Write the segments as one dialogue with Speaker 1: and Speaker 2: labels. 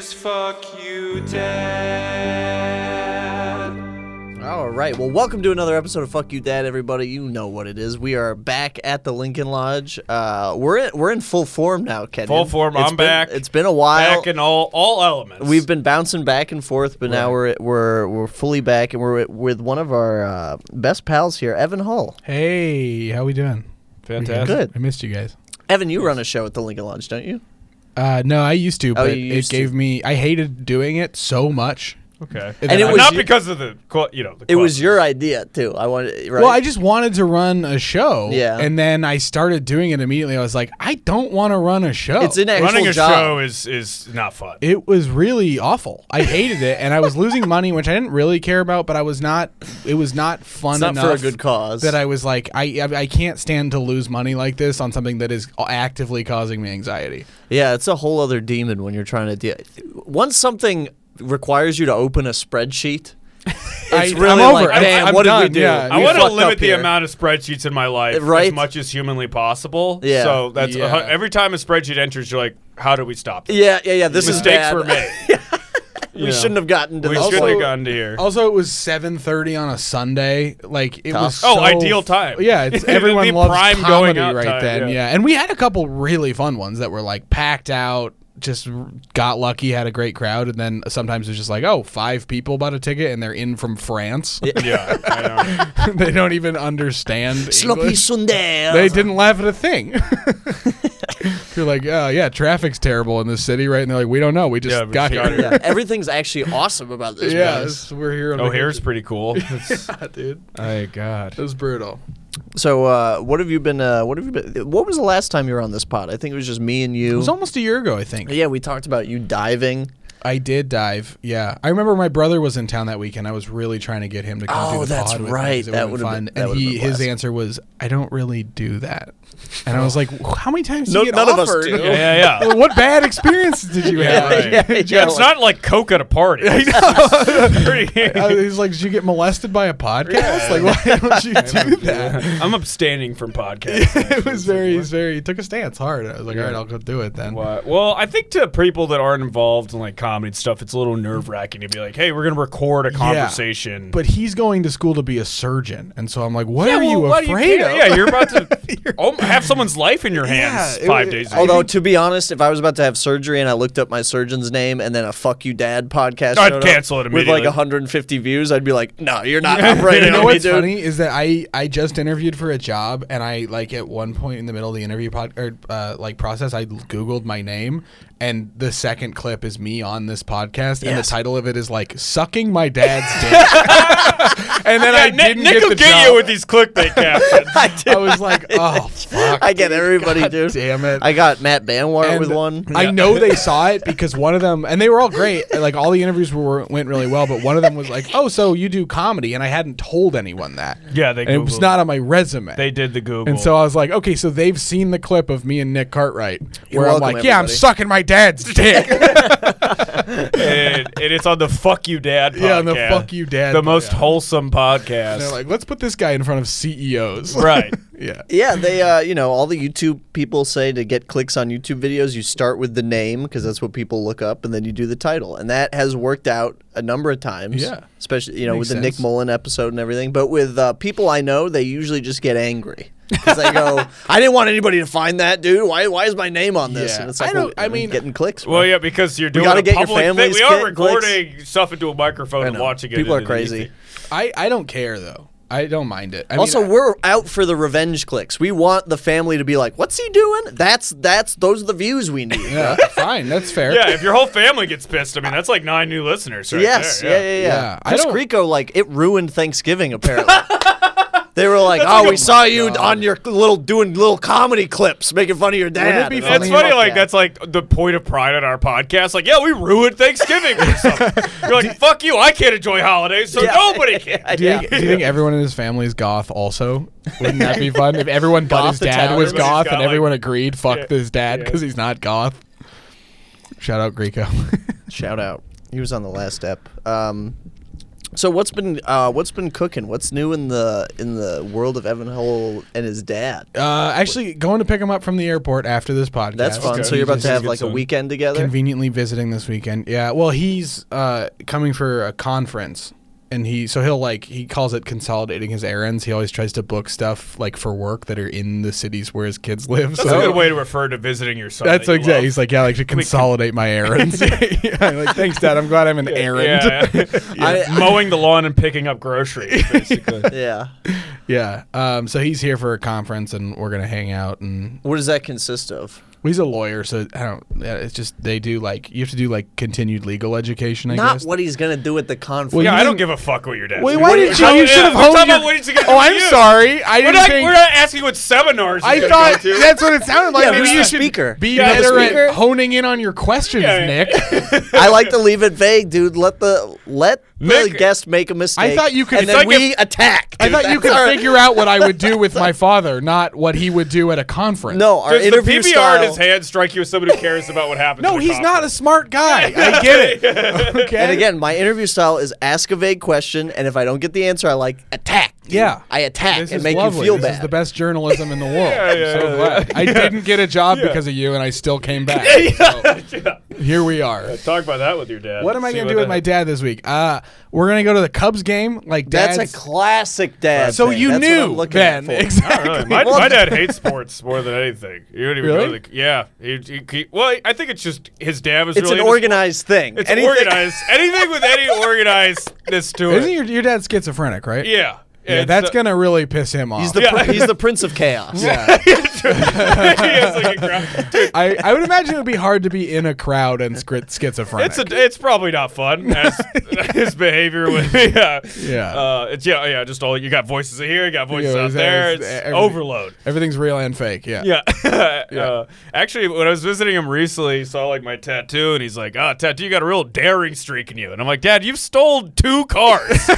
Speaker 1: fuck you dead.
Speaker 2: All right. Well, welcome to another episode of Fuck You Dad, everybody. You know what it is. We are back at the Lincoln Lodge. Uh, we're in, we're in full form now, Kenny.
Speaker 1: Full form, I'm
Speaker 2: been,
Speaker 1: back.
Speaker 2: It's been a while.
Speaker 1: Back in all all elements.
Speaker 2: We've been bouncing back and forth, but now we're we're we're fully back, and we're with one of our uh, best pals here, Evan Hull.
Speaker 3: Hey, how we doing?
Speaker 1: fantastic.
Speaker 2: Good.
Speaker 3: I missed you guys.
Speaker 2: Evan, you run a show at the Lincoln Lodge, don't you?
Speaker 3: Uh, no, I used to, but
Speaker 2: Oh, you
Speaker 3: it
Speaker 2: used to.
Speaker 3: gave me. I hated doing it so much.
Speaker 1: Okay.
Speaker 3: And
Speaker 2: it
Speaker 3: then I-
Speaker 2: was
Speaker 1: not
Speaker 2: you-
Speaker 1: because of the qual- you know the
Speaker 2: It was
Speaker 1: quality.
Speaker 2: your idea too. I wanted. Right?
Speaker 3: Well, I just wanted to run a show.
Speaker 2: Yeah.
Speaker 3: And then I started doing it immediately. I was like, I don't want to run a show.
Speaker 2: It's an actual
Speaker 1: running a
Speaker 2: job.
Speaker 1: show is is not fun.
Speaker 3: it was really awful. I hated it, and I was losing money, which I didn't really care about. But I was not. It was not fun
Speaker 2: It's not
Speaker 3: enough
Speaker 2: for a good cause.
Speaker 3: that I was like, I I I can't stand to lose money like this on something that is actively causing me anxiety.
Speaker 2: Yeah, it's a whole other demon when you're trying to deal. Once something requires you to open a spreadsheet, it's
Speaker 3: I- I'm
Speaker 2: really
Speaker 3: over.
Speaker 2: like,
Speaker 3: I'm-
Speaker 2: man,
Speaker 3: I'm
Speaker 2: what did
Speaker 3: done,
Speaker 2: we do?
Speaker 3: yeah.
Speaker 1: I
Speaker 2: We
Speaker 1: want to
Speaker 2: fucked
Speaker 1: limit
Speaker 2: up
Speaker 1: the
Speaker 2: here.
Speaker 1: amount of spreadsheets in my life
Speaker 2: Right?
Speaker 1: as much as humanly possible.
Speaker 2: Yeah.
Speaker 1: So that's
Speaker 3: Yeah.
Speaker 1: every time a spreadsheet enters, you're like, how do we stop? This?
Speaker 2: Yeah, yeah, yeah. This is
Speaker 1: Mistakes
Speaker 2: bad.
Speaker 1: were made.
Speaker 2: we shouldn't have gotten to
Speaker 1: We
Speaker 2: this.
Speaker 1: shouldn't
Speaker 2: point.
Speaker 1: have gotten to here.
Speaker 3: Also, it was seven thirty on a Sunday. Like it
Speaker 2: Tough.
Speaker 3: was.
Speaker 1: Oh,
Speaker 3: so-
Speaker 1: ideal time.
Speaker 3: Yeah, it's
Speaker 1: The
Speaker 3: everyone loves
Speaker 1: prime
Speaker 3: comedy
Speaker 1: going out
Speaker 3: right
Speaker 1: time,
Speaker 3: then.
Speaker 1: yeah.
Speaker 3: Yeah. and we had a couple really fun ones that were like packed out. Just got lucky, had a great crowd, and then sometimes it's just like, oh, five people bought a ticket and they're in from France.
Speaker 1: yeah. I know.
Speaker 3: they don't even understand.
Speaker 2: Sloppy
Speaker 3: English.
Speaker 2: Sunday.
Speaker 3: They didn't laugh at a thing. You're like, oh yeah, traffic's terrible in this city, right? And they're like, we don't know. We just
Speaker 1: Yeah, we
Speaker 3: got
Speaker 1: just got
Speaker 3: here.
Speaker 1: here.
Speaker 2: Yeah, everything's actually awesome about this.
Speaker 3: Yeah,
Speaker 2: place.
Speaker 3: we're here. on
Speaker 1: Oh,
Speaker 3: vacation.
Speaker 1: here's pretty cool. That's-
Speaker 3: dude.
Speaker 1: My God.
Speaker 3: It was brutal.
Speaker 2: So, uh, what have you been? Uh, what have you been? What was the last time you were on this pod? I think it was just me and you.
Speaker 3: It was almost a year ago, I think.
Speaker 2: yeah, we talked about you diving.
Speaker 3: I did dive. Yeah, I remember my brother was in town that weekend. I was really trying to get him to come.
Speaker 2: Oh,
Speaker 3: do the
Speaker 2: that's
Speaker 3: pod with me
Speaker 2: right.
Speaker 3: 'cause it
Speaker 2: That
Speaker 3: would've
Speaker 2: would've
Speaker 3: been fun.
Speaker 2: been- that
Speaker 3: and
Speaker 2: would've
Speaker 3: he,
Speaker 2: been
Speaker 3: his
Speaker 2: blast.
Speaker 3: answer was, "I don't really do that." And I was like, well, "How many times do
Speaker 2: No-
Speaker 3: you get
Speaker 2: none of us
Speaker 3: offered?
Speaker 2: do.
Speaker 1: Yeah, yeah, yeah.
Speaker 3: Well, what bad experiences did you have?"
Speaker 1: right. Yeah,
Speaker 2: yeah,
Speaker 1: it's
Speaker 2: like-
Speaker 1: not like Coke at a party. Pretty-
Speaker 3: I was like, "Did you get molested by a podcast? Like, why don't you do that?"
Speaker 1: I'm abstaining from podcasts.
Speaker 3: It was very, it was very. He took a stance hard. I was like, "All right, I'll go do it then."
Speaker 1: Why- Well, I think to people that aren't involved in like comedy and stuff, it's a little nerve wracking to be like, "Hey, we're gonna record a conversation."
Speaker 3: But he's going to school to be a surgeon, and so I'm like, "What
Speaker 1: yeah,
Speaker 3: are
Speaker 1: well,
Speaker 3: you
Speaker 1: why do
Speaker 3: afraid
Speaker 1: care?
Speaker 3: of?"
Speaker 1: Yeah, you're about to oh, have someone's life in your hands
Speaker 3: Yeah, it
Speaker 1: five
Speaker 3: was-
Speaker 1: days. a
Speaker 2: Although,
Speaker 1: week.
Speaker 2: to be honest, if I was about to have surgery and I looked up my surgeon's name and then a "fuck you, dad" podcast,
Speaker 1: I'd
Speaker 2: showed up
Speaker 1: cancel it
Speaker 2: with like
Speaker 1: immediately.
Speaker 2: 150 views, I'd be like, "No, you're not operating
Speaker 3: you
Speaker 2: on
Speaker 3: know
Speaker 2: me,
Speaker 3: what's
Speaker 2: dude."
Speaker 3: funny is that I I just interviewed for a job and I like at one point in the middle of the interview pod or, uh, like process I googled my name and the second clip is me on this podcast and the
Speaker 2: Yes.
Speaker 3: title of it is like sucking my dad's dick and then
Speaker 1: yeah,
Speaker 3: I
Speaker 1: Nick-
Speaker 3: didn't
Speaker 1: Nick
Speaker 3: get
Speaker 1: will
Speaker 3: the
Speaker 1: get
Speaker 3: job.
Speaker 1: you with these clickbait captions.
Speaker 2: I do.
Speaker 3: I was like oh fuck
Speaker 2: I get everybody, dude.
Speaker 3: damn it.
Speaker 2: I got Matt Banwar
Speaker 3: And
Speaker 2: with one.
Speaker 3: I know they saw it because one of them, and they were all great. Like all the interviews were went really well, but one of them was like, "Oh, so you do comedy?" And I hadn't told anyone that.
Speaker 1: Yeah, they
Speaker 3: and it was
Speaker 1: Googled
Speaker 3: not on my resume.
Speaker 1: they did the Google.
Speaker 3: And so I was like, okay, so they've seen the clip of me and Nick Cartwright
Speaker 2: You're
Speaker 3: where I'm
Speaker 2: welcome,
Speaker 3: like, yeah, I'm
Speaker 2: everybody.
Speaker 3: sucking my dad's dick.
Speaker 1: and, and it's on the "Fuck You Dad" podcast.
Speaker 3: Yeah, on the Fuck You Dad
Speaker 1: the most
Speaker 3: podcast.
Speaker 1: wholesome podcast.
Speaker 3: They're like, let's put this guy in front of CEOs.
Speaker 1: right.
Speaker 3: yeah.
Speaker 2: Yeah, they, uh, you know, all the YouTube people say to get clicks on YouTube videos, you start with the name because that's what people look up, and then you do the title, and that has worked out a number of times.
Speaker 3: Yeah.
Speaker 2: especially you know
Speaker 3: Makes
Speaker 2: with the Nick
Speaker 3: sense.
Speaker 2: Mullen episode and everything. But with uh, people I know, they usually just get angry because they go, "I didn't want anybody to find that, dude. Why? Why is my name on this?"
Speaker 3: Yeah.
Speaker 2: And it's like,
Speaker 3: I don't-
Speaker 2: well,
Speaker 3: I
Speaker 2: you're
Speaker 3: mean-
Speaker 2: getting clicks. bro.
Speaker 1: Well, yeah, because you're doing
Speaker 2: gotta
Speaker 1: a
Speaker 2: get your
Speaker 1: public thing.
Speaker 2: families
Speaker 1: We are
Speaker 2: get clicks.
Speaker 1: recording stuff into a microphone and
Speaker 2: know.
Speaker 1: watching it.
Speaker 2: People are
Speaker 1: into the
Speaker 2: crazy.
Speaker 1: ether.
Speaker 3: I, I don't care, though. I don't mind it. I
Speaker 2: also,
Speaker 3: mean,
Speaker 2: we're out for the revenge clicks. We want the family to be like, "What's he doing?" That's that's those are the views we need.
Speaker 3: yeah, fine. That's fair.
Speaker 1: Yeah, if your whole family gets pissed, I mean, that's like nine new listeners right
Speaker 2: yes,
Speaker 1: there.
Speaker 2: yeah, yeah, yeah.
Speaker 3: Yeah, I
Speaker 2: Chris
Speaker 3: don't-
Speaker 2: Greco, like, it ruined Thanksgiving, apparently. they were like, oh,
Speaker 1: like
Speaker 2: we
Speaker 1: a-
Speaker 2: saw you on your little, doing little comedy clips, making fun of your dad.
Speaker 3: be
Speaker 2: And
Speaker 3: funny
Speaker 1: It's
Speaker 2: I'm
Speaker 1: funny,
Speaker 2: "Fuck
Speaker 1: like
Speaker 2: yeah."
Speaker 1: that's like the point of pride on our podcast. Like, yeah, we ruined Thanksgiving or something. You're like, fuck you, I can't enjoy holidays, so
Speaker 2: Yeah.
Speaker 1: nobody can.
Speaker 2: I-
Speaker 3: Do you,
Speaker 2: yeah.
Speaker 3: think, do you think everyone in his family is goth also? Wouldn't that be fun? If everyone but his
Speaker 2: Goth
Speaker 3: dad was
Speaker 2: Italian.
Speaker 3: goth
Speaker 1: He's got,
Speaker 3: and
Speaker 1: like-
Speaker 3: everyone agreed, fuck
Speaker 1: Yeah.
Speaker 3: his dad
Speaker 1: Yeah.
Speaker 3: because he's not goth. Shout out Greco.
Speaker 2: Shout out. He was on the last step. Um, So what's been uh, what's been cooking? What's new in the in the world of Evan Hull and his dad?
Speaker 3: Uh, actually, going to pick him up from the airport after this podcast.
Speaker 2: That's fun.
Speaker 1: okay.
Speaker 2: So you're about
Speaker 1: This
Speaker 2: to
Speaker 1: is
Speaker 2: have
Speaker 1: good
Speaker 2: like a
Speaker 1: stuff.
Speaker 2: weekend together.
Speaker 3: Conveniently visiting this weekend. Yeah. Well, he's uh, coming for a conference, and he so he'll like he calls it consolidating his errands. He always tries to book stuff like for work that are in the cities where his kids live.
Speaker 1: That's
Speaker 3: so
Speaker 1: a good way to refer to visiting your son.
Speaker 3: That's
Speaker 1: that you
Speaker 3: exactly.
Speaker 1: love.
Speaker 3: He's like, yeah, I like to consolidate my errands. Yeah, I'm like, thanks, Dad. I'm glad I'm an errand.
Speaker 1: Yeah,
Speaker 2: I- I-
Speaker 1: mowing the lawn and picking up groceries. Basically,
Speaker 2: Yeah.
Speaker 3: Yeah. Um, so he's here for a conference, and we're gonna hang out. And
Speaker 2: What does that consist of?
Speaker 3: well, he's a lawyer, so I don't. yeah, It's just they do like you have to do like continued legal education. I
Speaker 2: Not
Speaker 3: guess.
Speaker 2: what he's gonna do at the conference.
Speaker 3: Well,
Speaker 1: yeah,
Speaker 3: you
Speaker 1: I don't
Speaker 3: didn't-
Speaker 1: give a fuck what your dad.
Speaker 3: Wait, why did you? You should have
Speaker 1: We're
Speaker 3: honed
Speaker 1: talking
Speaker 3: your.
Speaker 1: about what he's gonna
Speaker 3: Oh, I'm
Speaker 1: do.
Speaker 3: sorry. I
Speaker 1: We're
Speaker 3: didn't
Speaker 1: not,
Speaker 3: think.
Speaker 1: we're not asking what seminars.
Speaker 3: I
Speaker 1: he's gonna
Speaker 3: thought
Speaker 1: go to.
Speaker 3: that's what it sounded like.
Speaker 2: Yeah,
Speaker 3: Maybe
Speaker 2: who's
Speaker 3: you
Speaker 2: the
Speaker 3: should
Speaker 2: speaker?
Speaker 3: be
Speaker 1: Yeah, the
Speaker 3: better
Speaker 1: speaker?
Speaker 3: at honing in on your questions,
Speaker 1: Yeah.
Speaker 3: Nick.
Speaker 2: I like to leave it vague, dude. Let the let the
Speaker 1: Nick-
Speaker 2: guest make a mistake.
Speaker 3: thought you could-
Speaker 2: And
Speaker 3: It's
Speaker 2: then
Speaker 1: like
Speaker 2: we attack.
Speaker 3: I
Speaker 2: dude.
Speaker 3: thought you
Speaker 2: That's
Speaker 3: could
Speaker 2: our-
Speaker 3: figure out what I would do with my father, not what he would do at a conference.
Speaker 2: No, our
Speaker 1: Does the
Speaker 2: interview
Speaker 1: PBR
Speaker 2: style.
Speaker 1: in his hand strike you as somebody who cares about what happens?
Speaker 3: No,
Speaker 1: in
Speaker 3: he's not a
Speaker 1: conference?
Speaker 3: smart guy. I get it. Okay.
Speaker 2: And again, my interview style is ask a vague question, and if I don't get the answer, I like attack. dude.
Speaker 3: Yeah.
Speaker 2: I attack
Speaker 3: This
Speaker 2: and
Speaker 3: is
Speaker 2: make
Speaker 3: lovely.
Speaker 2: you feel
Speaker 3: this
Speaker 2: bad.
Speaker 3: is the best journalism in the world.
Speaker 1: yeah,
Speaker 3: I'm so
Speaker 1: yeah,
Speaker 3: glad. I didn't get a job because of you, and I still came back. So, Here we are.
Speaker 1: Talk about that with your dad.
Speaker 3: What am I
Speaker 1: See
Speaker 3: going to do with
Speaker 1: that-
Speaker 3: my dad this week? Uh, we're going to go to the Cubs game. Like
Speaker 2: That's
Speaker 3: dad's-
Speaker 2: a classic dad.
Speaker 3: So
Speaker 2: thing.
Speaker 3: you
Speaker 2: That's what I'm
Speaker 3: knew
Speaker 2: looking
Speaker 3: then
Speaker 2: for.
Speaker 1: I
Speaker 3: exactly.
Speaker 1: don't know. My,
Speaker 2: Well-
Speaker 1: my dad hates sports more than anything. You don't even
Speaker 3: Really?
Speaker 1: go to the, yeah. He, he, he- well, I think it's just his dad was
Speaker 2: It's
Speaker 1: really
Speaker 2: an
Speaker 1: into
Speaker 2: organized thing.
Speaker 1: It's
Speaker 2: Anything-
Speaker 1: organized. Anything with any organizedness to it.
Speaker 3: Isn't your your dad schizophrenic, right?
Speaker 1: yeah.
Speaker 3: Yeah,
Speaker 1: It's,
Speaker 3: that's
Speaker 1: uh,
Speaker 3: gonna really piss him off.
Speaker 2: He's the,
Speaker 1: Yeah.
Speaker 2: pr- he's the prince of chaos.
Speaker 3: yeah.
Speaker 1: he has, like, a gra- Dude,
Speaker 3: I, I would imagine it would be hard to be in a crowd and schi- schizophrenic.
Speaker 1: it's a, it's probably not fun. As, his behavior with yeah
Speaker 3: Yeah.
Speaker 1: Uh, it's yeah yeah just all you got voices here, you got voices
Speaker 3: Yeah,
Speaker 1: out
Speaker 3: it's-
Speaker 1: there. It's
Speaker 3: it's every-
Speaker 1: overload.
Speaker 3: Everything's real and fake. Yeah.
Speaker 1: Yeah. Uh, actually, when I was visiting him recently, he saw like my tattoo, and he's like, "Ah, tattoo, you got a real daring streak in you." And I'm like, "Dad, you've stole two cars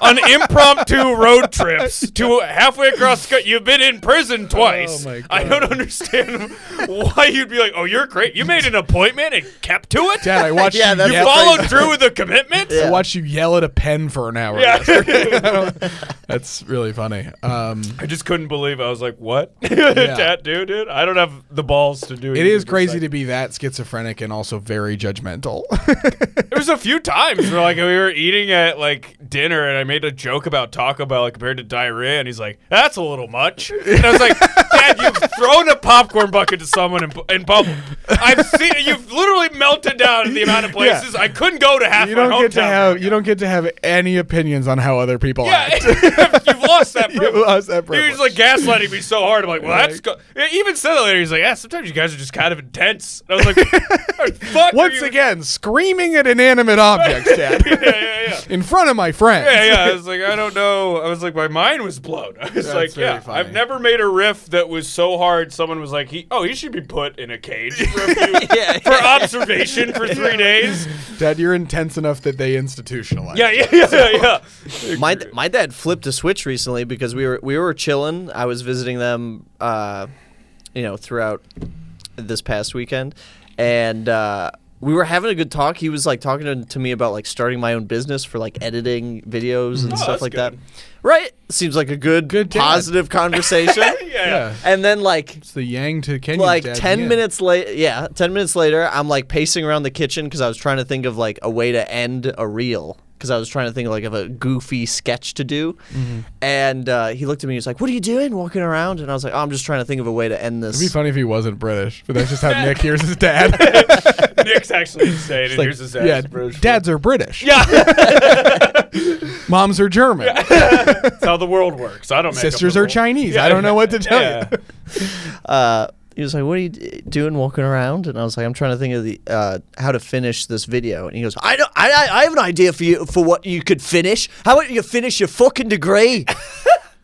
Speaker 1: on impromptu road trips to halfway across. the coun- You've been in prison twice.
Speaker 3: Oh my
Speaker 1: I
Speaker 3: God.
Speaker 1: don't understand why you'd be like, "Oh, you're great. You made an appointment and kept to it.
Speaker 3: Dad, I watched
Speaker 2: Yeah,
Speaker 3: you
Speaker 2: that's
Speaker 1: you
Speaker 3: yell-
Speaker 2: the
Speaker 1: followed through with a commitment."
Speaker 3: I
Speaker 2: Yeah.
Speaker 3: watched you yell at a pen for an hour.
Speaker 1: yeah.
Speaker 3: That's really funny. Um,
Speaker 1: I just couldn't believe. It. I was like, "What,
Speaker 3: Yeah.
Speaker 1: tattoo, dude? I don't have the balls to do
Speaker 3: it is crazy to be that schizophrenic and also very judgmental.
Speaker 1: There was a few times where like we were eating at like dinner and I made a joke about Taco Bell like, compared to diarrhea and he's like, "That's a little much." And I was like, "Dad, you've thrown a popcorn bucket to someone in, in public. I've seen you've literally melted down the amount of places I couldn't go to half
Speaker 3: you
Speaker 1: my
Speaker 3: don't get to
Speaker 1: hometown
Speaker 3: have
Speaker 1: right
Speaker 3: you
Speaker 1: now."
Speaker 3: don't get to have any opinions on how other people act.
Speaker 1: Yeah, you've lost that.
Speaker 3: You
Speaker 1: Privilege.
Speaker 3: lost that
Speaker 1: He
Speaker 3: privilege.
Speaker 1: was like gaslighting me so hard. I'm like, well,
Speaker 3: Right.
Speaker 1: that's. Go-. Yeah, Even said that later. He's like, yeah, sometimes you guys are just kind of intense. And I was like, fuck. are
Speaker 3: Once
Speaker 1: you-"
Speaker 3: again, screaming at inanimate objects,
Speaker 1: yeah,
Speaker 3: Dad,
Speaker 1: yeah, yeah.
Speaker 3: in front of my friends.
Speaker 1: yeah, yeah. I was like, I don't know. I was like, my mind was blown. I was
Speaker 3: That's
Speaker 1: like,
Speaker 3: very
Speaker 1: yeah,
Speaker 3: funny.
Speaker 1: I've never made a riff that was so hard. Someone was like, he, oh, he should be put in a cage for, a few, for observation for three days.
Speaker 3: Dad, you're intense enough that they institutionalize.
Speaker 1: Yeah, yeah, yeah, yeah.
Speaker 2: my my dad flipped a switch recently because we were we were chilling. I was visiting them, uh, you know, throughout this past weekend, and uh, we were having a good talk. He was like talking to, to me about like starting my own business for like editing videos and stuff
Speaker 1: that's
Speaker 2: like that.
Speaker 1: good.
Speaker 2: Right? Seems like a good,
Speaker 3: Good dad.
Speaker 2: positive conversation.
Speaker 1: Yeah,
Speaker 3: yeah.
Speaker 1: yeah.
Speaker 2: And then like
Speaker 3: It's the yang to Kenya.
Speaker 2: like 10 minutes later yeah 10 minutes later i'm like pacing around the kitchen because i was trying to think of like a way to end a reel because i was trying to think like of a goofy sketch to do
Speaker 3: Mm-hmm.
Speaker 2: and uh, he looked at me he was like what are you doing walking around and i was like oh, i'm just trying to think of a way to end
Speaker 3: It'd be
Speaker 2: this
Speaker 3: funny if he wasn't British, but that's just how Nick hears his dad.
Speaker 1: Nick's actually insane. and
Speaker 3: Like,
Speaker 1: here's his ass.
Speaker 3: yeah,
Speaker 1: British
Speaker 3: dads are British.
Speaker 1: Yeah,
Speaker 3: Moms are German.
Speaker 1: that's how the world works. I don't. Make up
Speaker 3: Sisters
Speaker 1: the
Speaker 3: are
Speaker 1: rules.
Speaker 3: Chinese.
Speaker 1: Yeah.
Speaker 3: I don't know what to tell
Speaker 1: Yeah.
Speaker 3: you.
Speaker 2: uh, he was like what are you d- doing walking around and i was like i'm trying to think of the uh, how to finish this video and he goes i don't I, I I have an idea for you for what you could finish how about you finish your fucking degree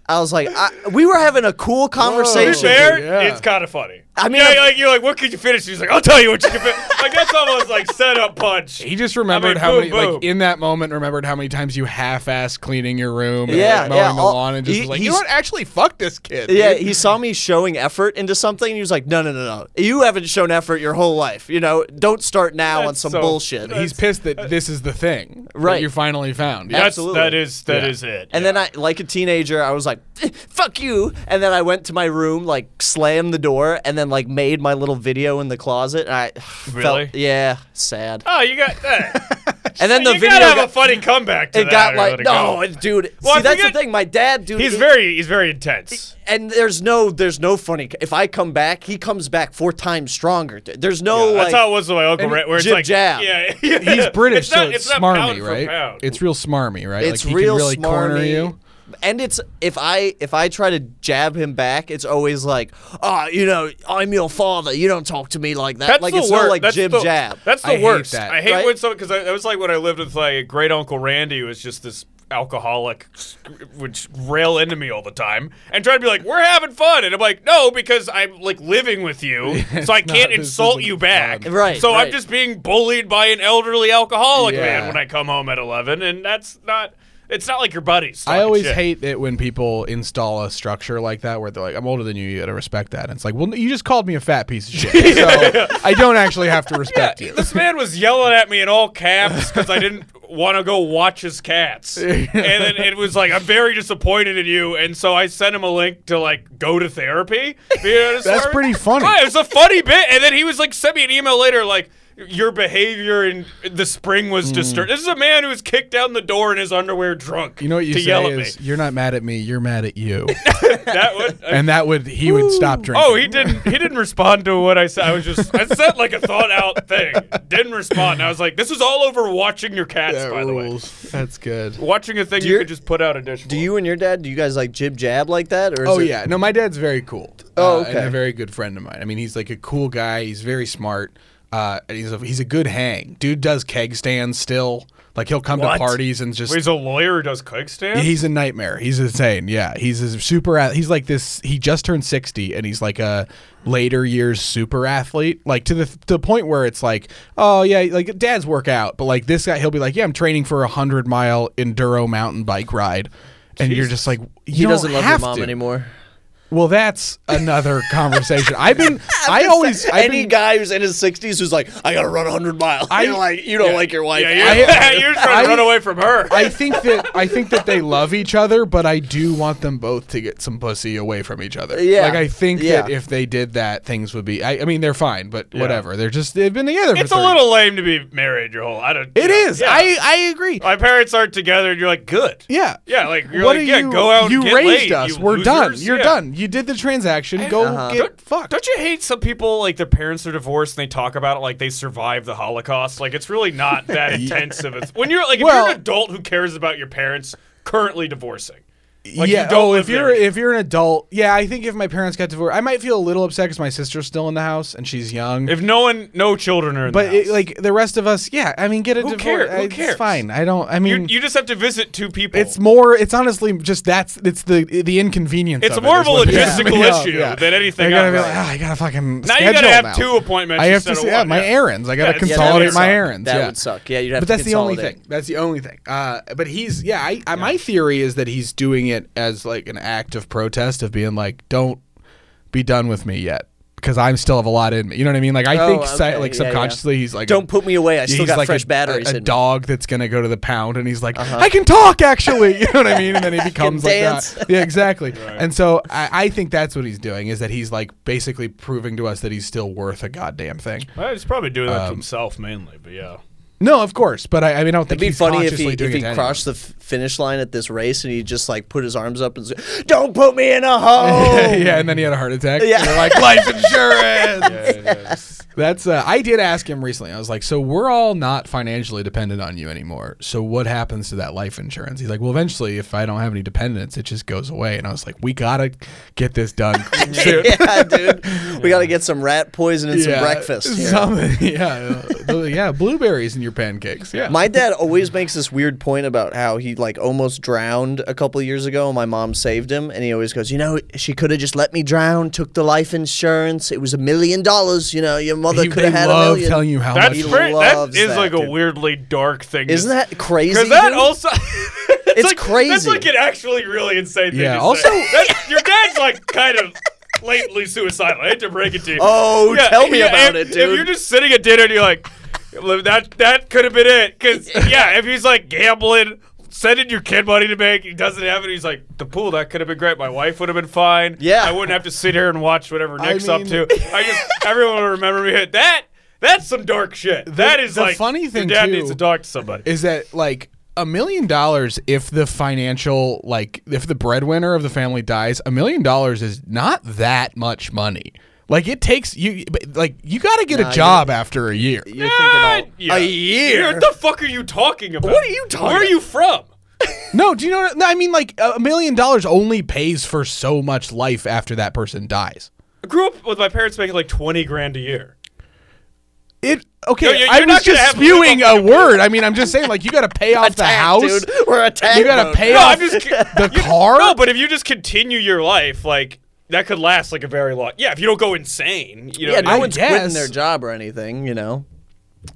Speaker 2: I was like, I, we were having a cool
Speaker 1: To be
Speaker 2: conversation.
Speaker 1: fair,
Speaker 3: Yeah.
Speaker 1: it's kind of funny.
Speaker 2: I mean,
Speaker 1: Yeah, like you're like, what could you finish? He's like, I'll tell you what you can finish. like that's almost like setup punch.
Speaker 3: He just remembered
Speaker 1: I mean,
Speaker 3: how
Speaker 1: boom,
Speaker 3: many,
Speaker 1: boom.
Speaker 3: like in that moment, remembered how many times you half-ass cleaning your room, and,
Speaker 2: Yeah,
Speaker 3: like, mowing
Speaker 2: yeah,
Speaker 3: the
Speaker 2: all-
Speaker 3: lawn, and just
Speaker 2: he-
Speaker 3: was like, you know
Speaker 2: he's-
Speaker 3: what? Actually, fuck this kid.
Speaker 2: yeah,
Speaker 3: dude."
Speaker 2: he saw me showing effort into something, and he was like, "No, no, no, no! You haven't shown effort your whole life. You know, don't start now on
Speaker 1: That's
Speaker 2: some
Speaker 1: so-
Speaker 2: bullshit."
Speaker 1: that's-
Speaker 3: he's pissed that this is the thing
Speaker 2: Right.
Speaker 3: that you finally found.
Speaker 2: Yeah.
Speaker 3: Yeah,
Speaker 1: that's,
Speaker 2: absolutely.
Speaker 1: That is that
Speaker 3: Yeah.
Speaker 1: is it.
Speaker 2: And then I, like a teenager, I was like, "Fuck you!" And then I went to my room, like slammed the door, and then like made my little video in the closet. And I
Speaker 1: Really?
Speaker 2: felt, yeah, sad.
Speaker 1: oh, you got that.
Speaker 2: And then the
Speaker 1: you
Speaker 2: video
Speaker 1: gotta have
Speaker 2: got,
Speaker 1: a funny comeback. To
Speaker 2: it
Speaker 1: that
Speaker 2: got
Speaker 1: or
Speaker 2: like
Speaker 1: let it
Speaker 2: no,
Speaker 1: go.
Speaker 2: it- dude.
Speaker 1: Well, I
Speaker 2: see, that's the
Speaker 1: forget-
Speaker 2: thing. My dad, dude,
Speaker 1: he's
Speaker 2: he-
Speaker 1: very he's very intense.
Speaker 2: and there's no, there's no funny. If I come back, he comes back four times stronger. There's no
Speaker 1: That's
Speaker 2: like.
Speaker 1: how it was with my uncle,
Speaker 3: and
Speaker 1: right? Where it's
Speaker 2: jib
Speaker 1: like,
Speaker 2: jab.
Speaker 1: yeah,
Speaker 3: he's British,
Speaker 1: it's not,
Speaker 3: so it's,
Speaker 1: not pound
Speaker 3: smarmy,
Speaker 1: for
Speaker 3: right?
Speaker 1: pound.
Speaker 3: It's real smarmy, right?
Speaker 2: it's
Speaker 3: like, he
Speaker 2: real
Speaker 3: can really
Speaker 2: smarmy.
Speaker 3: corner you.
Speaker 2: And it's if I if I try to jab him back, it's always like, oh, you know, I'm your father. You don't talk to me like that.
Speaker 1: That's
Speaker 2: like
Speaker 1: the
Speaker 2: it's
Speaker 1: worst.
Speaker 2: not like
Speaker 1: that's
Speaker 2: jib
Speaker 1: the,
Speaker 2: jab.
Speaker 1: That's the
Speaker 3: I hate
Speaker 1: worst.
Speaker 3: that.
Speaker 1: I hate
Speaker 2: Right?
Speaker 1: when someone because that was like when I lived with like great uncle Randy, who was just this alcoholic, would just rail into me all the time and try to be like, "We're having fun," and I'm like, "No," because I'm like living with you, so I
Speaker 3: it's not-
Speaker 1: can't
Speaker 3: this
Speaker 1: insult
Speaker 3: isn't
Speaker 1: you back.
Speaker 3: fun.
Speaker 2: Right,
Speaker 1: So
Speaker 2: right.
Speaker 1: I'm just being bullied by an elderly alcoholic man
Speaker 3: Yeah.
Speaker 1: when I come home at eleven, and that's not. It's not like your buddies.
Speaker 3: I
Speaker 1: talking
Speaker 3: always
Speaker 1: shit.
Speaker 3: hate it when people install a structure like that where they're like, "I'm older than you. You gotta respect that." And it's like, "Well, you just called me a fat piece of shit, so I don't actually have to respect you."
Speaker 1: This man was yelling at me in all caps because I didn't want to go watch his cats. And then it was like, I'm very disappointed in you. And so I sent him a link to like go to therapy. You know, to
Speaker 3: That's
Speaker 1: start-
Speaker 3: pretty funny.
Speaker 1: Right, it was a funny bit. And then he was like, sent me an email later, like, your behavior in the spring was
Speaker 3: Hmm.
Speaker 1: disturbed. This is a man who was kicked down the door in his underwear drunk.
Speaker 3: You know what you
Speaker 1: to
Speaker 3: say
Speaker 1: yell at
Speaker 3: is,
Speaker 1: me.
Speaker 3: "You're not mad at me. You're mad at you,"
Speaker 1: That would,
Speaker 3: and that would he would stop drinking.
Speaker 1: Oh, he didn't. He didn't respond to what I said. I was just. I sent like a thought out thing. Didn't respond. And I was like, this is all over watching your cats.
Speaker 3: That
Speaker 1: by the way,
Speaker 3: rules. That's good.
Speaker 1: watching a thing you
Speaker 2: your-
Speaker 1: could just put out a dish.
Speaker 2: Do you and your dad? Do you guys like jib jab like that? Or is
Speaker 3: Oh
Speaker 2: it-
Speaker 3: yeah, no, my dad's very cool.
Speaker 2: Oh,
Speaker 3: uh, and
Speaker 2: okay.
Speaker 3: a very good friend of mine. I mean, he's like a cool guy. He's very smart. Uh, and he's a, he's a good hang. Dude does keg stands still. Like he'll come
Speaker 1: What?
Speaker 3: to parties and just
Speaker 1: He's a lawyer who does keg stand.
Speaker 3: He's a nightmare. He's insane. Yeah, he's a super. ath- He's like this. He just turned sixty, and he's like a later years super athlete. Like to the to the point where it's like, oh yeah, like dad's workout, but like this guy, he'll be like, yeah, I'm training for a hundred mile enduro mountain bike ride, and you're just like, you
Speaker 2: he
Speaker 3: don't
Speaker 2: doesn't love your
Speaker 3: have
Speaker 2: mom
Speaker 3: to.
Speaker 2: anymore.
Speaker 3: Well, that's another conversation. I've been. I always. I've
Speaker 2: Any
Speaker 3: been,
Speaker 2: guy who's in his sixties who's like, I gotta run hundred miles.
Speaker 3: I-
Speaker 2: You're like, you don't like your wife.
Speaker 1: yeah, you're,
Speaker 3: I-
Speaker 1: you're trying to
Speaker 3: I-
Speaker 1: run away from her.
Speaker 3: I think that I think that they love each other, but I do want them both to get some pussy away from each other.
Speaker 2: Yeah.
Speaker 3: Like I think that
Speaker 2: Yeah.
Speaker 3: if they did that, things would be. I, I mean, they're fine, but whatever. They're just they've been together.
Speaker 1: it's
Speaker 3: for 30
Speaker 1: a little lame to be married your whole. I don't.
Speaker 3: It is.
Speaker 1: Yeah.
Speaker 3: I I agree.
Speaker 1: My parents aren't together, and you're like, good.
Speaker 3: yeah.
Speaker 1: Yeah, like you're
Speaker 3: what
Speaker 1: like,
Speaker 3: are
Speaker 1: yeah,
Speaker 3: you?
Speaker 1: go out. and
Speaker 3: you
Speaker 1: get
Speaker 3: raised
Speaker 1: laid,
Speaker 3: us.
Speaker 1: you
Speaker 3: We're done.
Speaker 1: losers.
Speaker 3: You're
Speaker 1: Yeah.
Speaker 3: done. You did the transaction. Go
Speaker 2: Uh-huh.
Speaker 3: get fucked.
Speaker 1: Don't you hate some people like their parents are divorced and they talk about it like they survived the Holocaust? Like it's really not that intense of a when you're like if
Speaker 3: Well-
Speaker 1: you're an adult who cares about your parents currently divorcing. Like,
Speaker 3: yeah.
Speaker 1: you don't
Speaker 3: oh,
Speaker 1: live
Speaker 3: if you're
Speaker 1: there anymore.
Speaker 3: if you're an adult, yeah. I think if my parents got divorced, I might feel a little upset because my sister's still in the house and she's young.
Speaker 1: If no one, no children are in
Speaker 3: but
Speaker 1: the
Speaker 3: it,
Speaker 1: house.
Speaker 3: like the rest of us, yeah. I mean, get a
Speaker 1: Who
Speaker 3: divorce.
Speaker 1: care- who
Speaker 3: it's
Speaker 1: cares?
Speaker 3: fine. I don't. I
Speaker 1: you
Speaker 3: mean,
Speaker 1: you just have to visit two people.
Speaker 3: it's more. It's honestly just that's. It's the the inconvenience.
Speaker 1: It's
Speaker 3: of it
Speaker 1: more
Speaker 3: is
Speaker 1: of a
Speaker 3: what pisses
Speaker 1: logistical
Speaker 3: me off,
Speaker 1: issue
Speaker 3: yeah.
Speaker 1: than anything
Speaker 3: I gotta be
Speaker 1: else.
Speaker 3: like, "Ah, I gotta fucking.
Speaker 1: now you
Speaker 3: schedule
Speaker 1: gotta have
Speaker 3: now."
Speaker 1: two appointments.
Speaker 3: I have to.
Speaker 1: instead
Speaker 3: see-
Speaker 1: of
Speaker 3: Yeah,
Speaker 1: one,
Speaker 3: my errands. I gotta
Speaker 1: Yeah, that would
Speaker 3: consolidate my
Speaker 1: suck.
Speaker 3: errands.
Speaker 2: That
Speaker 3: yeah.
Speaker 2: would suck. Yeah, you'd have
Speaker 3: But
Speaker 2: to
Speaker 3: that's the only
Speaker 2: consolidate.
Speaker 3: thing. That's the only thing. Uh, but he's yeah. I, I my theory is that he's doing it as like an act of protest of being like, don't be done with me yet because I still have a lot in me. You know what I mean? Like I
Speaker 2: Oh,
Speaker 3: think si-
Speaker 2: okay.
Speaker 3: like
Speaker 2: Yeah, yeah.
Speaker 3: subconsciously he's like,
Speaker 2: Don't put me away. I still
Speaker 3: he's
Speaker 2: got
Speaker 3: like
Speaker 2: fresh
Speaker 3: a,
Speaker 2: batteries
Speaker 3: A, a
Speaker 2: in me.
Speaker 3: dog that's gonna go to the pound, and he's like, I can talk actually. You know what I mean? And then he becomes like
Speaker 2: dance.
Speaker 3: that. Yeah, exactly. And so I, I think that's what he's doing is that he's like basically proving to us that he's still worth a goddamn thing.
Speaker 1: Well, he's probably doing that to
Speaker 3: Um,
Speaker 1: himself mainly, but yeah.
Speaker 3: No, of course, but I, I mean, I don't think
Speaker 2: It'd be
Speaker 3: he's
Speaker 2: funny if
Speaker 3: consciously
Speaker 2: he
Speaker 3: doing
Speaker 2: if he
Speaker 3: it. to anyone.
Speaker 2: crossed the f- finish line at this race and he just like put his arms up and said, "Don't put me in a hole."
Speaker 3: yeah, and then he had a heart attack.
Speaker 2: Oh. Yeah.
Speaker 3: Yeah, they're like life insurance. That's. Uh, I did ask him recently. I was like, "So we're all not financially dependent on you anymore. So what happens to that life insurance?" He's like, "Well, eventually, if I don't have any dependents, it just goes away." And I was like, "We gotta get this done soon.
Speaker 2: yeah, dude. We got to get some rat poison and some
Speaker 3: Yeah,
Speaker 2: breakfast.
Speaker 3: Something. Yeah, those- yeah, blueberries in your pancakes. Yeah.
Speaker 2: My dad always makes this weird point about how he like almost drowned a couple years ago and my mom saved him and he always goes, "You know, she could have just let me drown, took the life insurance. It was a million dollars, you know, your mother
Speaker 3: He-
Speaker 2: could have
Speaker 3: they
Speaker 2: had a
Speaker 3: love
Speaker 2: million.
Speaker 3: telling you how
Speaker 1: That's
Speaker 2: He
Speaker 3: much.
Speaker 1: pretty, that
Speaker 2: loves
Speaker 1: is
Speaker 2: that,
Speaker 1: like a
Speaker 2: dude.
Speaker 1: weirdly dark thing. to
Speaker 2: Isn't
Speaker 1: say.
Speaker 2: that crazy?
Speaker 1: Because that
Speaker 2: dude?
Speaker 1: also.
Speaker 2: It's
Speaker 1: like, That's
Speaker 2: crazy.
Speaker 1: like an actually really insane thing.
Speaker 3: Yeah,
Speaker 1: to
Speaker 3: also-
Speaker 1: say. That's- your dad's like kind of lately suicidal. I hate to break it to you.
Speaker 2: Oh, tell me about
Speaker 1: if-
Speaker 2: it, dude.
Speaker 1: If you're just sitting at dinner and you're like, "Well, that that could have been it. Because yeah, if he's like gambling, sending your kid money to make, he doesn't have it. He's like, the pool that could have been great. My wife would have been fine.
Speaker 2: Yeah.
Speaker 1: I wouldn't have to sit here and watch whatever
Speaker 3: I
Speaker 1: Nick's
Speaker 3: mean-
Speaker 1: up to. I just everyone will remember me. That that's some dark shit. that is
Speaker 3: the
Speaker 1: like
Speaker 3: funny thing,
Speaker 1: Your dad
Speaker 3: too,
Speaker 1: needs to talk to somebody.
Speaker 3: is that like a million dollars if the financial like if the breadwinner of the family dies a million dollars is not that much money like it takes you but, like you got to get
Speaker 2: Nah,
Speaker 3: a
Speaker 2: you-
Speaker 3: job after a year
Speaker 2: You're thinking all,
Speaker 1: Yeah.
Speaker 2: a year.
Speaker 1: What the fuck are you talking about?
Speaker 2: What are you talking
Speaker 1: Where are you from?
Speaker 3: no do you know what, no, i mean like a a million dollars only pays for so much life after that person dies
Speaker 1: I grew up with my parents making like twenty grand a year.
Speaker 3: it okay
Speaker 1: No, you're-
Speaker 3: i
Speaker 1: you're not
Speaker 3: was
Speaker 1: gonna
Speaker 3: just
Speaker 1: have a little
Speaker 3: spewing a word i mean i'm just saying like you got to pay off the
Speaker 2: Attack,
Speaker 3: house
Speaker 2: dude. We're attacked.
Speaker 3: you got to pay
Speaker 1: No,
Speaker 3: off
Speaker 1: I'm just kid-
Speaker 3: the car
Speaker 1: no, but if you just continue your life, like that could last like a very long. Yeah, if you don't go insane, you know.
Speaker 2: Yeah,
Speaker 1: what I
Speaker 2: no
Speaker 1: mean?
Speaker 2: one's quitting
Speaker 3: guess.
Speaker 2: their job or anything, you know.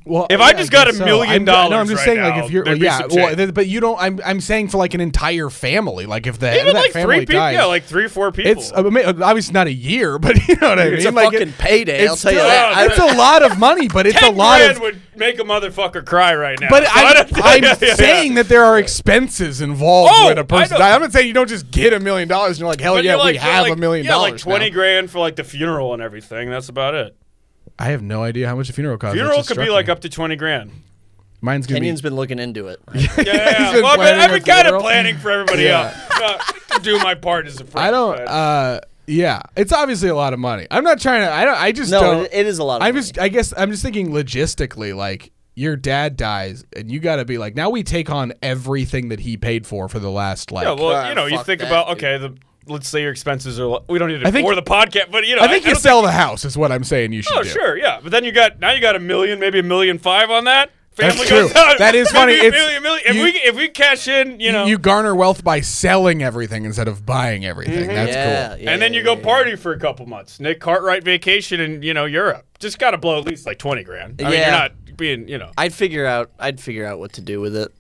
Speaker 3: Well,
Speaker 1: If I just got
Speaker 3: guess
Speaker 1: a million
Speaker 3: I'm- no, I'm
Speaker 1: dollars
Speaker 3: just
Speaker 1: right
Speaker 3: saying
Speaker 1: now,
Speaker 3: like if you're
Speaker 1: there'd be
Speaker 3: yeah,
Speaker 1: some
Speaker 3: well,
Speaker 1: change.
Speaker 3: th- but you don't. I'm I'm saying for like an entire family. Like if the head
Speaker 1: even
Speaker 3: of that
Speaker 1: like
Speaker 3: family
Speaker 1: three people.
Speaker 3: dies,
Speaker 1: Yeah, like three, four people.
Speaker 3: it's I mean, obviously not a year, but you know what I mean.
Speaker 2: It's a
Speaker 3: like,
Speaker 2: fucking payday, I'll
Speaker 3: it's
Speaker 2: tell you
Speaker 3: still-
Speaker 1: that. I-
Speaker 3: It's a lot of money, but it's a
Speaker 1: Ten
Speaker 3: lot
Speaker 1: grand
Speaker 3: of.
Speaker 1: would make a motherfucker cry right now.
Speaker 3: But
Speaker 1: So I
Speaker 3: I'm,
Speaker 1: don't-
Speaker 3: I'm
Speaker 1: yeah, yeah, yeah.
Speaker 3: saying that there are expenses involved
Speaker 1: Oh,
Speaker 3: when a person
Speaker 1: I know.
Speaker 3: dies. I'm not saying you don't just get a million dollars and you're like, hell
Speaker 1: But
Speaker 3: yeah,
Speaker 1: you're like,
Speaker 3: we
Speaker 1: you're
Speaker 3: have
Speaker 1: like-
Speaker 3: a million
Speaker 1: yeah,
Speaker 3: dollars.
Speaker 1: like twenty
Speaker 3: now.
Speaker 1: grand for like the funeral and everything. That's about it.
Speaker 3: I have no idea how much a funeral costs. That
Speaker 1: Funeral
Speaker 3: just
Speaker 1: could
Speaker 3: struck
Speaker 1: be like
Speaker 3: me.
Speaker 1: up to twenty grand.
Speaker 3: mine's gonna
Speaker 2: Kenyon's
Speaker 3: be.
Speaker 2: been looking into it.
Speaker 1: Yeah, yeah,
Speaker 3: He's been
Speaker 1: yeah. Well, I've been,
Speaker 3: planning
Speaker 1: I've
Speaker 3: a
Speaker 1: been kind of
Speaker 3: funeral.
Speaker 1: planning for everybody
Speaker 3: Yeah.
Speaker 1: else. Uh, to do my part as a friend.
Speaker 3: I don't.
Speaker 1: but-
Speaker 3: Uh, yeah, it's obviously a lot of money. I'm not trying to. I don't. I just
Speaker 2: No,
Speaker 3: don't.
Speaker 2: it, it is a lot of
Speaker 3: I'm
Speaker 2: money.
Speaker 3: just. I guess I'm just thinking logistically. Like your dad dies, and you got to be like, now we take on everything that he paid for for the last like.
Speaker 1: yeah, well,
Speaker 2: God,
Speaker 1: you know, you
Speaker 2: fuck
Speaker 1: think
Speaker 2: that,
Speaker 1: about
Speaker 2: dude.
Speaker 1: okay, the let's say your expenses are. lo- We don't need to
Speaker 3: I think-
Speaker 1: for the podcast, but you know,
Speaker 3: I think you
Speaker 1: don't
Speaker 3: sell the house is what I'm saying. You should.
Speaker 1: Oh,
Speaker 3: do.
Speaker 1: sure, yeah. But then you got now you got a million, maybe a million five on that.
Speaker 3: That's
Speaker 1: Family goes
Speaker 3: true.
Speaker 1: out.
Speaker 3: That is funny.
Speaker 1: Maybe a
Speaker 3: It's-
Speaker 1: million, million. If
Speaker 3: you-
Speaker 1: we if we cash in, you know,
Speaker 3: You garner wealth by selling everything instead of buying everything. That's
Speaker 2: Mm-hmm. yeah,
Speaker 3: cool.
Speaker 2: yeah,
Speaker 1: and then
Speaker 2: yeah,
Speaker 1: you go
Speaker 2: yeah,
Speaker 1: party for a couple months. Nick Cartwright vacation in you know Europe. Just gotta blow at least like twenty grand. I mean, you're
Speaker 2: Yeah.
Speaker 1: not being you know.
Speaker 2: I'd figure out. I'd figure out what to do with it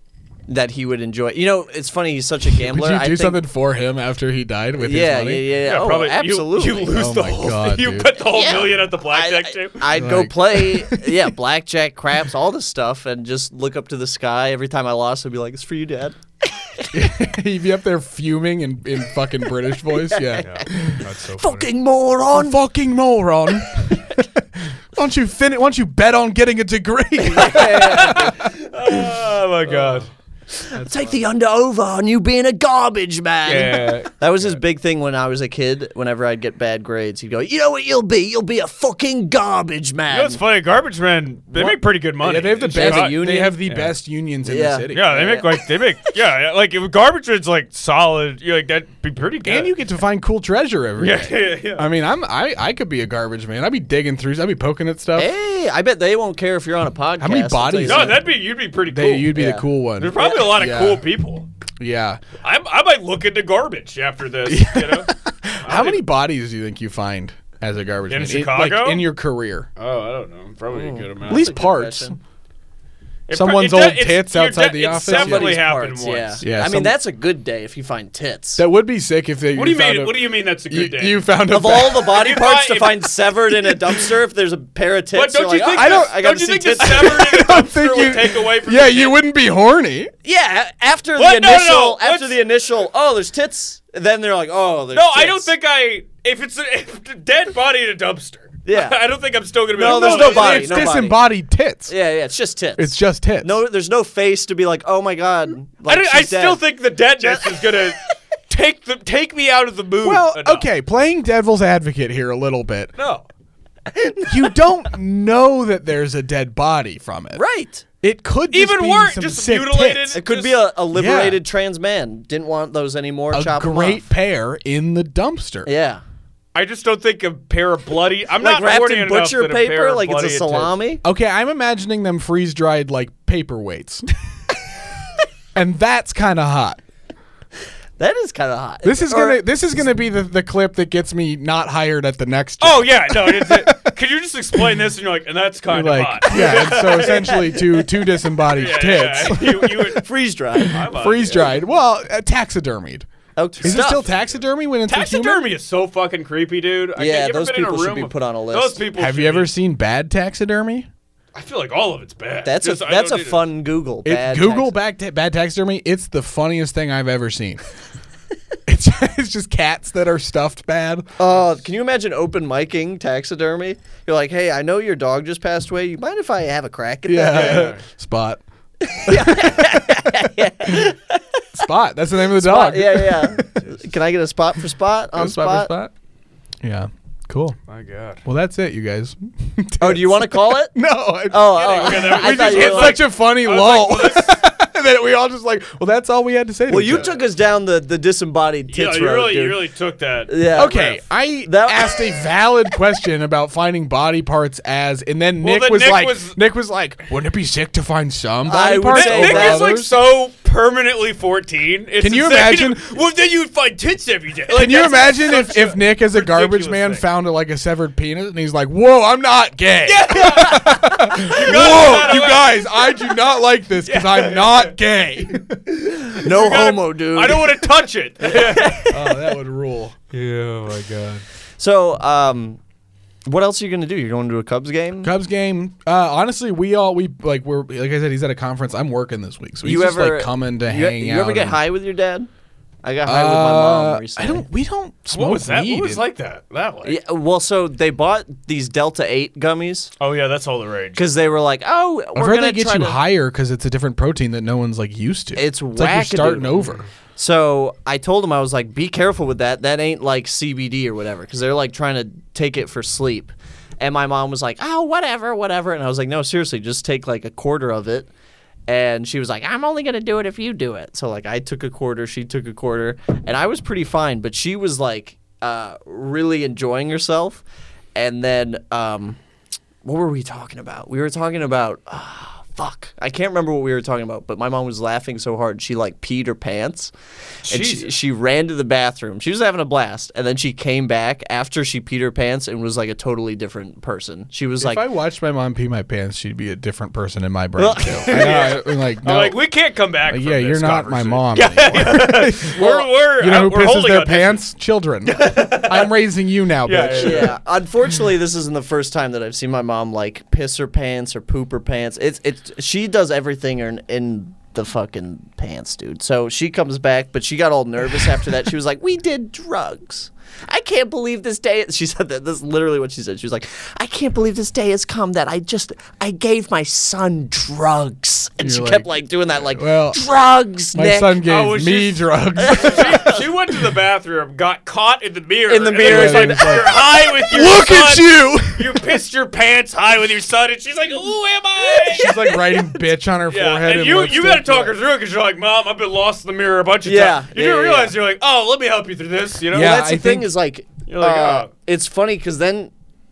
Speaker 2: that he would enjoy. You know, it's funny. He's such a gambler.
Speaker 3: Would you
Speaker 2: I
Speaker 3: do
Speaker 2: think,
Speaker 3: something for him after he died with
Speaker 2: Yeah,
Speaker 3: his
Speaker 2: yeah,
Speaker 3: money?
Speaker 2: yeah, yeah.
Speaker 1: Yeah,
Speaker 2: Oh,
Speaker 1: probably. You-
Speaker 2: absolutely.
Speaker 1: You, lose
Speaker 3: Oh
Speaker 1: the
Speaker 3: my
Speaker 1: whole.
Speaker 3: God,
Speaker 1: you
Speaker 3: dude.
Speaker 1: put the whole
Speaker 2: Yeah.
Speaker 1: million at the blackjack
Speaker 2: I,
Speaker 1: table.
Speaker 2: would go
Speaker 3: Like-
Speaker 2: play, yeah, blackjack, craps, all this stuff, and just look up to the sky. Every time I lost, I'd be like, "It's for you, Dad."
Speaker 3: He'd be up there fuming in, in fucking British voice. Yeah.
Speaker 1: That's so
Speaker 2: Fucking moron.
Speaker 3: fucking moron. why don't you fin- why don't you bet on getting a degree?
Speaker 1: Oh my
Speaker 3: Uh,
Speaker 1: god.
Speaker 2: Take the under over on you being a garbage man.
Speaker 1: Yeah.
Speaker 2: That was his big thing when I was a kid. Whenever I'd get bad grades, he'd go, "You know what you'll be? You'll be a fucking garbage man."
Speaker 1: You know, it's funny. Garbage men, they make pretty good money.
Speaker 3: yeah, they have the
Speaker 1: It's
Speaker 3: best.
Speaker 2: have a
Speaker 1: not-
Speaker 2: union.
Speaker 3: They have the best unions in
Speaker 2: Yeah.
Speaker 3: the city.
Speaker 1: Yeah, they make like they make yeah, yeah, like if garbage men's like solid, you like that'd be pretty good.
Speaker 3: And you get to find cool treasure every day.
Speaker 1: yeah, yeah, yeah.
Speaker 3: I mean, I'm I, I could be a garbage man. I'd be digging through. I'd be poking at stuff.
Speaker 2: Hey, I bet they won't care if you're on a podcast.
Speaker 3: many
Speaker 2: I'll tell you
Speaker 3: bodies?
Speaker 1: No,
Speaker 2: that.
Speaker 1: that'd be you'd be pretty cool.
Speaker 3: They, you'd be
Speaker 2: Yeah.
Speaker 3: the cool one.
Speaker 1: There's probably a lot of
Speaker 3: Yeah.
Speaker 1: cool people.
Speaker 3: yeah.
Speaker 1: I'm, I might look into garbage after this. You know?
Speaker 3: How many bodies do you think you find as a garbage
Speaker 1: In
Speaker 3: man like,
Speaker 1: Chicago?
Speaker 3: in your career?
Speaker 1: Oh, I don't know. Probably a good amount.
Speaker 3: At least
Speaker 2: That's a good
Speaker 3: parts.
Speaker 2: question.
Speaker 1: It pro-
Speaker 3: someone's
Speaker 1: it de-
Speaker 3: old
Speaker 1: it's-
Speaker 3: tits
Speaker 1: you're
Speaker 3: outside
Speaker 1: de-
Speaker 3: the
Speaker 1: it's
Speaker 3: office, yeah.
Speaker 1: Definitely
Speaker 2: Somebody's
Speaker 1: happened
Speaker 2: parts,
Speaker 1: once.
Speaker 2: Yeah.
Speaker 3: Yeah,
Speaker 2: I
Speaker 3: some-
Speaker 2: mean, that's a good day if you find tits.
Speaker 3: That would be sick if they.
Speaker 1: What do you
Speaker 3: found
Speaker 1: mean?
Speaker 3: A,
Speaker 1: What do you mean? That's a good
Speaker 3: you,
Speaker 1: day.
Speaker 3: you found a
Speaker 2: of all the
Speaker 1: If
Speaker 2: body
Speaker 1: you
Speaker 2: parts
Speaker 1: buy-
Speaker 2: to find severed in a dumpster, if there's a pair of tits,
Speaker 1: but don't
Speaker 2: you're
Speaker 1: you
Speaker 2: like,
Speaker 1: think?
Speaker 2: "Oh, I don't.
Speaker 1: the-
Speaker 2: I gotta
Speaker 1: don't you
Speaker 2: see
Speaker 1: think the
Speaker 2: tits.
Speaker 1: severed
Speaker 3: I
Speaker 1: in a
Speaker 3: don't think
Speaker 1: dumpster would
Speaker 3: you
Speaker 1: take away from?
Speaker 3: Yeah,
Speaker 1: the
Speaker 3: you
Speaker 1: tits?
Speaker 3: wouldn't be horny.
Speaker 2: yeah, after the
Speaker 1: What? No, no, no.
Speaker 2: initial, after
Speaker 1: What's-
Speaker 2: the initial, oh, there's tits. Then they're like, oh, there's
Speaker 1: No, I
Speaker 2: tits."
Speaker 1: don't think I. If it's a, if a dead body in a dumpster,
Speaker 2: Yeah.
Speaker 1: I don't think I'm still gonna be.
Speaker 2: No,
Speaker 1: like,
Speaker 2: there's
Speaker 1: "Oh, no
Speaker 2: no body,
Speaker 3: it's
Speaker 2: no body.
Speaker 3: disembodied tits.
Speaker 2: Yeah, yeah, it's just tits.
Speaker 3: It's just tits.
Speaker 2: no, there's no face to be like, oh my god.
Speaker 1: I,
Speaker 2: Like,
Speaker 1: don't, I
Speaker 2: she's dead.
Speaker 1: still think the deadness is gonna take the take me out of the mood.
Speaker 3: Well,
Speaker 1: enough.
Speaker 3: okay, playing devil's advocate here a little bit.
Speaker 1: No.
Speaker 3: You don't know that there's a dead body from it.
Speaker 2: right.
Speaker 3: It could just
Speaker 1: Even
Speaker 3: be
Speaker 1: worse,
Speaker 3: some
Speaker 1: just
Speaker 3: sick
Speaker 1: mutilated.
Speaker 3: tits.
Speaker 2: It could
Speaker 1: Just-
Speaker 2: be a, a liberated trans man. Didn't want those anymore.
Speaker 3: A
Speaker 2: chop 'em
Speaker 3: great
Speaker 2: off.
Speaker 3: pair in the dumpster.
Speaker 2: Yeah.
Speaker 1: I just don't think a pair of bloody. I'm
Speaker 2: like
Speaker 1: not
Speaker 2: wrapped
Speaker 1: horny
Speaker 2: in
Speaker 1: enough
Speaker 2: butcher
Speaker 1: that a pair
Speaker 2: paper,
Speaker 1: of
Speaker 2: like it's
Speaker 1: bloody
Speaker 2: a
Speaker 1: atta-
Speaker 2: salami.
Speaker 3: Okay, I'm imagining them freeze dried like paperweights. and that's kind of hot.
Speaker 2: That is kind of hot.
Speaker 3: This is
Speaker 2: Or-
Speaker 3: gonna this is gonna be the, the clip that gets me not hired at the next. job.
Speaker 1: Oh yeah, no. It's it, could you just explain this? And you're like, and that's kind of
Speaker 3: like
Speaker 1: hot.
Speaker 3: yeah. and so essentially, two two disembodied
Speaker 1: Yeah,
Speaker 3: tits,
Speaker 1: yeah, You, you would,
Speaker 2: freeze dried.
Speaker 1: I'm on
Speaker 3: freeze
Speaker 1: it.
Speaker 3: dried. Well, uh, taxidermied.
Speaker 2: Oh,
Speaker 3: Is it
Speaker 2: stuff.
Speaker 3: still taxidermy when it's a human?
Speaker 1: Taxidermy is so fucking creepy, dude. I
Speaker 2: Yeah,
Speaker 1: can't- you ever
Speaker 2: those
Speaker 1: been in a
Speaker 2: people should
Speaker 1: room
Speaker 2: be
Speaker 1: with-
Speaker 2: put on a
Speaker 1: Those
Speaker 2: list.
Speaker 1: people
Speaker 3: Have
Speaker 1: should
Speaker 3: you ever
Speaker 1: be-
Speaker 3: seen bad taxidermy?
Speaker 1: I feel like all of it's bad.
Speaker 2: That's
Speaker 1: Just-
Speaker 2: a
Speaker 1: I
Speaker 2: that's a
Speaker 1: don't need it.
Speaker 2: fun Google.
Speaker 3: It-
Speaker 2: bad
Speaker 3: Google
Speaker 2: tax-
Speaker 3: back ta- bad taxidermy. It's the funniest thing I've ever seen. it's it's just cats that are stuffed bad.
Speaker 2: Oh, can you imagine open micing taxidermy? You're like, hey, I know your dog just passed away. You mind if I have a crack at
Speaker 3: Yeah.
Speaker 2: that?
Speaker 3: Spot. Spot. That's the name of the
Speaker 2: Spot,
Speaker 3: dog.
Speaker 2: yeah, yeah. Can I get a spot for spot on
Speaker 3: Spot for spot. Yeah. Cool.
Speaker 1: My God.
Speaker 3: Well, that's it, you guys.
Speaker 2: Oh, do you want to call it?
Speaker 3: No. I,
Speaker 2: Oh,
Speaker 1: Kidding, okay,
Speaker 2: oh.
Speaker 1: that-
Speaker 2: I
Speaker 1: we
Speaker 2: thought
Speaker 1: just
Speaker 2: you
Speaker 1: hit
Speaker 2: were
Speaker 1: like-
Speaker 2: like,
Speaker 3: Such a funny
Speaker 1: I was
Speaker 3: lull.
Speaker 1: like, well, this-
Speaker 3: that we all just like, well, that's all we had to say. to
Speaker 2: well,
Speaker 3: each
Speaker 2: you
Speaker 3: other.
Speaker 2: took us down the, the disembodied tits
Speaker 1: yeah, you
Speaker 2: road,
Speaker 1: really,
Speaker 2: dude.
Speaker 1: you really took that.
Speaker 2: yeah.
Speaker 3: Okay, I
Speaker 2: That-
Speaker 3: asked a valid question about finding body parts as, and then
Speaker 1: Well,
Speaker 3: Nick
Speaker 1: then
Speaker 3: was
Speaker 1: Nick
Speaker 3: like,
Speaker 1: was-
Speaker 3: Nick was like, wouldn't it be sick to find some
Speaker 2: I
Speaker 3: body
Speaker 2: would
Speaker 3: parts
Speaker 1: Nick,
Speaker 2: say
Speaker 3: over
Speaker 1: Nick
Speaker 2: that.
Speaker 1: is like
Speaker 3: others?
Speaker 1: so permanently 14. It's
Speaker 3: Can you
Speaker 1: insane.
Speaker 3: imagine-
Speaker 1: Well, then you'd find tits every day.
Speaker 3: Can you imagine if, if Nick, as a garbage
Speaker 1: ridiculous
Speaker 3: man,
Speaker 1: thing.
Speaker 3: found like a severed penis, and he's like, "Whoa, I'm not gay.
Speaker 1: Whoa,
Speaker 3: Whoa, you guys, I do not like this because I'm not gay."
Speaker 2: No homo, dude.
Speaker 1: I don't want to touch it.
Speaker 3: oh, that would rule. Yeah, oh my god.
Speaker 2: So, um, what else are you gonna do? You're going to a Cubs game?
Speaker 3: Cubs game. Uh, honestly, we all we like we're like I said, he's at a conference. I'm working this week, so he's
Speaker 2: you
Speaker 3: just
Speaker 2: ever
Speaker 3: like coming to
Speaker 2: you, e-,
Speaker 3: hang
Speaker 2: you
Speaker 3: out.
Speaker 2: ever get
Speaker 3: and- Uh,
Speaker 2: high with your dad? I got high with my mom
Speaker 3: I
Speaker 2: recently.
Speaker 3: don't. We don't smoke
Speaker 1: what was that?
Speaker 3: weed.
Speaker 1: What was like that? That one.
Speaker 2: Yeah, well, so they bought these Delta Eight gummies
Speaker 1: Oh yeah, that's all the rage.
Speaker 2: because they were like, "Oh, we're
Speaker 3: I've
Speaker 2: gonna
Speaker 3: heard they get
Speaker 2: try
Speaker 3: you
Speaker 2: to-
Speaker 3: higher because it's a different protein that no one's like used to.
Speaker 2: It's
Speaker 3: like you're
Speaker 2: wackadoodle.
Speaker 3: starting over.
Speaker 2: So I told him I was like, "Be careful with that. That ain't like CBD or whatever," because they're like trying to take it for sleep. And my mom was like, "Oh, whatever, whatever," and I was like, "No, seriously, just take like a quarter of it." And she was like, "I'm only gonna do it if you do it." So like, I took a quarter, she took a quarter, and I was pretty fine. But she was like, uh, really enjoying herself. And then, um, what were we talking about? We were talking about. Uh, Fuck. I can't remember what we were talking about, but my mom was laughing so hard she like peed her pants. And she,
Speaker 1: Jesus.
Speaker 2: she ran to the bathroom. She was having a blast. And then she came back after she peed her pants and was like a totally different person. She was like,
Speaker 3: if I watched my mom pee my pants, she'd be a different person in my brain too. I know, I- like, no,
Speaker 1: I'm like we can't come back.
Speaker 3: Like,
Speaker 1: from
Speaker 3: yeah,
Speaker 1: this
Speaker 3: you're not my
Speaker 1: conversation.
Speaker 3: mom. anymore.
Speaker 1: We're, we're,
Speaker 3: you know who
Speaker 1: we're
Speaker 3: pisses
Speaker 1: holding
Speaker 3: their
Speaker 1: on this.
Speaker 3: pants? Children. I'm raising you now,
Speaker 1: Yeah,
Speaker 3: bitch.
Speaker 1: yeah,
Speaker 2: yeah. Unfortunately, this isn't the first time that I've seen my mom like piss her pants or poop her pants. It's it's she does everything in in the fucking pants, dude. So she comes back, but she got all nervous after that. She was like, "We did drugs. I can't believe this day." She said that. That's literally what she said. She was like, "I can't believe this day has come that I just I gave my son drugs," and she
Speaker 3: You're
Speaker 2: kept
Speaker 3: like,
Speaker 2: like doing that, like
Speaker 3: well,
Speaker 2: drugs.
Speaker 3: My
Speaker 2: Nick."
Speaker 3: son
Speaker 1: Oh,
Speaker 3: gave
Speaker 1: was
Speaker 3: me
Speaker 1: she-
Speaker 3: drugs.
Speaker 1: she, she went to the bathroom, got caught in the mirror.
Speaker 2: In the
Speaker 1: and
Speaker 2: mirror,
Speaker 3: and
Speaker 1: then was
Speaker 3: was like,
Speaker 1: like, you're high with your
Speaker 3: Look at
Speaker 1: son.
Speaker 3: you.
Speaker 1: You pissed your pants high with your son, and she's like, "Who am I?"
Speaker 3: She's like writing bitch on her
Speaker 1: Yeah,
Speaker 3: forehead.
Speaker 1: and you you
Speaker 3: lipstick.
Speaker 1: gotta talk her through it because you're like, Mom, I've been lost in the mirror a bunch of
Speaker 2: Yeah,
Speaker 1: times. You
Speaker 2: yeah,
Speaker 1: do
Speaker 2: yeah,
Speaker 1: realize you're like, Oh, let me help you through this. You know?
Speaker 3: Yeah,
Speaker 2: that's the
Speaker 3: I
Speaker 2: thing
Speaker 3: think-
Speaker 2: is like,
Speaker 1: You're like,
Speaker 2: uh,
Speaker 1: oh.
Speaker 2: it's funny because then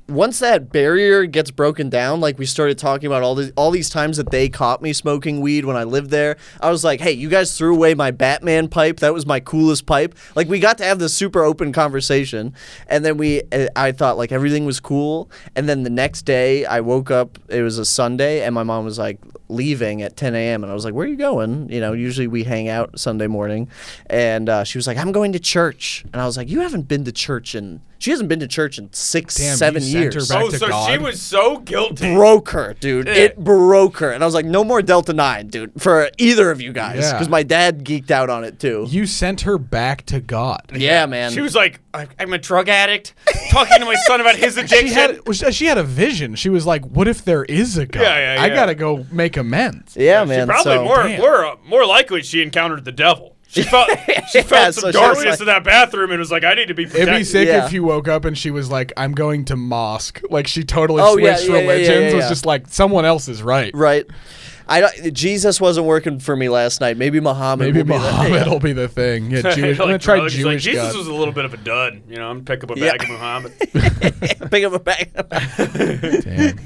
Speaker 2: once that barrier gets broken down, like we started talking about all these all these times that they caught me smoking weed when I lived there. I was like, hey, you guys threw away my Batman pipe. That was my coolest pipe. Like we got to have this super open conversation, and then we uh, I thought like everything was cool, and then the next day I woke up. It was a Sunday, and my mom was like leaving at 10 a.m. and I was like, where are you going? You know, usually we hang out Sunday morning, and uh, she was like, I'm going to church, and I was like, you haven't been to church in she hasn't been to church in six
Speaker 3: Damn, you
Speaker 2: seven
Speaker 3: sent her
Speaker 2: years.
Speaker 3: back
Speaker 1: Oh,
Speaker 3: to
Speaker 1: so she
Speaker 3: God.
Speaker 1: was so guilty.
Speaker 2: broke her, dude. It
Speaker 1: Yeah.
Speaker 2: broke her. And I was like, no more Delta 9, dude, for either of you guys.
Speaker 3: Yeah.
Speaker 2: Because my dad geeked out on it, too.
Speaker 3: You sent her back to God.
Speaker 2: yeah, man.
Speaker 1: She was like, "I- "I'm a drug addict, talking to my son about his addiction."
Speaker 3: she had was- she had a vision. She was like, "What if there is a God?
Speaker 1: Yeah, yeah,
Speaker 3: I
Speaker 1: yeah.
Speaker 3: gotta go make amends."
Speaker 2: yeah,
Speaker 1: She
Speaker 2: man.
Speaker 1: probably
Speaker 2: so-
Speaker 1: more
Speaker 3: Damn.
Speaker 1: more uh, more likely she encountered the devil. She felt she
Speaker 2: Yeah,
Speaker 1: felt
Speaker 2: so
Speaker 1: some
Speaker 2: she was
Speaker 1: darkness
Speaker 2: like-
Speaker 1: in that bathroom and was like, I need to be
Speaker 3: It'd
Speaker 1: protected.
Speaker 3: be sick
Speaker 2: Yeah.
Speaker 3: if you woke up and she was like, "I'm going to mosque." Like she totally
Speaker 2: Oh, yeah,
Speaker 3: switched
Speaker 2: yeah, yeah, yeah,
Speaker 3: religions.
Speaker 2: yeah,
Speaker 3: It was
Speaker 2: yeah.
Speaker 3: just like someone else is right.
Speaker 2: right? I don't, Jesus wasn't working for me last night. Maybe Muhammad.
Speaker 3: Maybe
Speaker 2: will be the-
Speaker 3: Muhammad will be the thing. Yeah, Jewish.
Speaker 1: Like
Speaker 3: I'm gonna try
Speaker 1: drugs. She's like,
Speaker 3: Jewish
Speaker 1: Jesus
Speaker 3: God.
Speaker 1: was a little bit of a dud. You know, I'm pick up a
Speaker 2: Yeah.
Speaker 1: bag of Muhammad.
Speaker 2: Pick up a bag.
Speaker 3: Damn.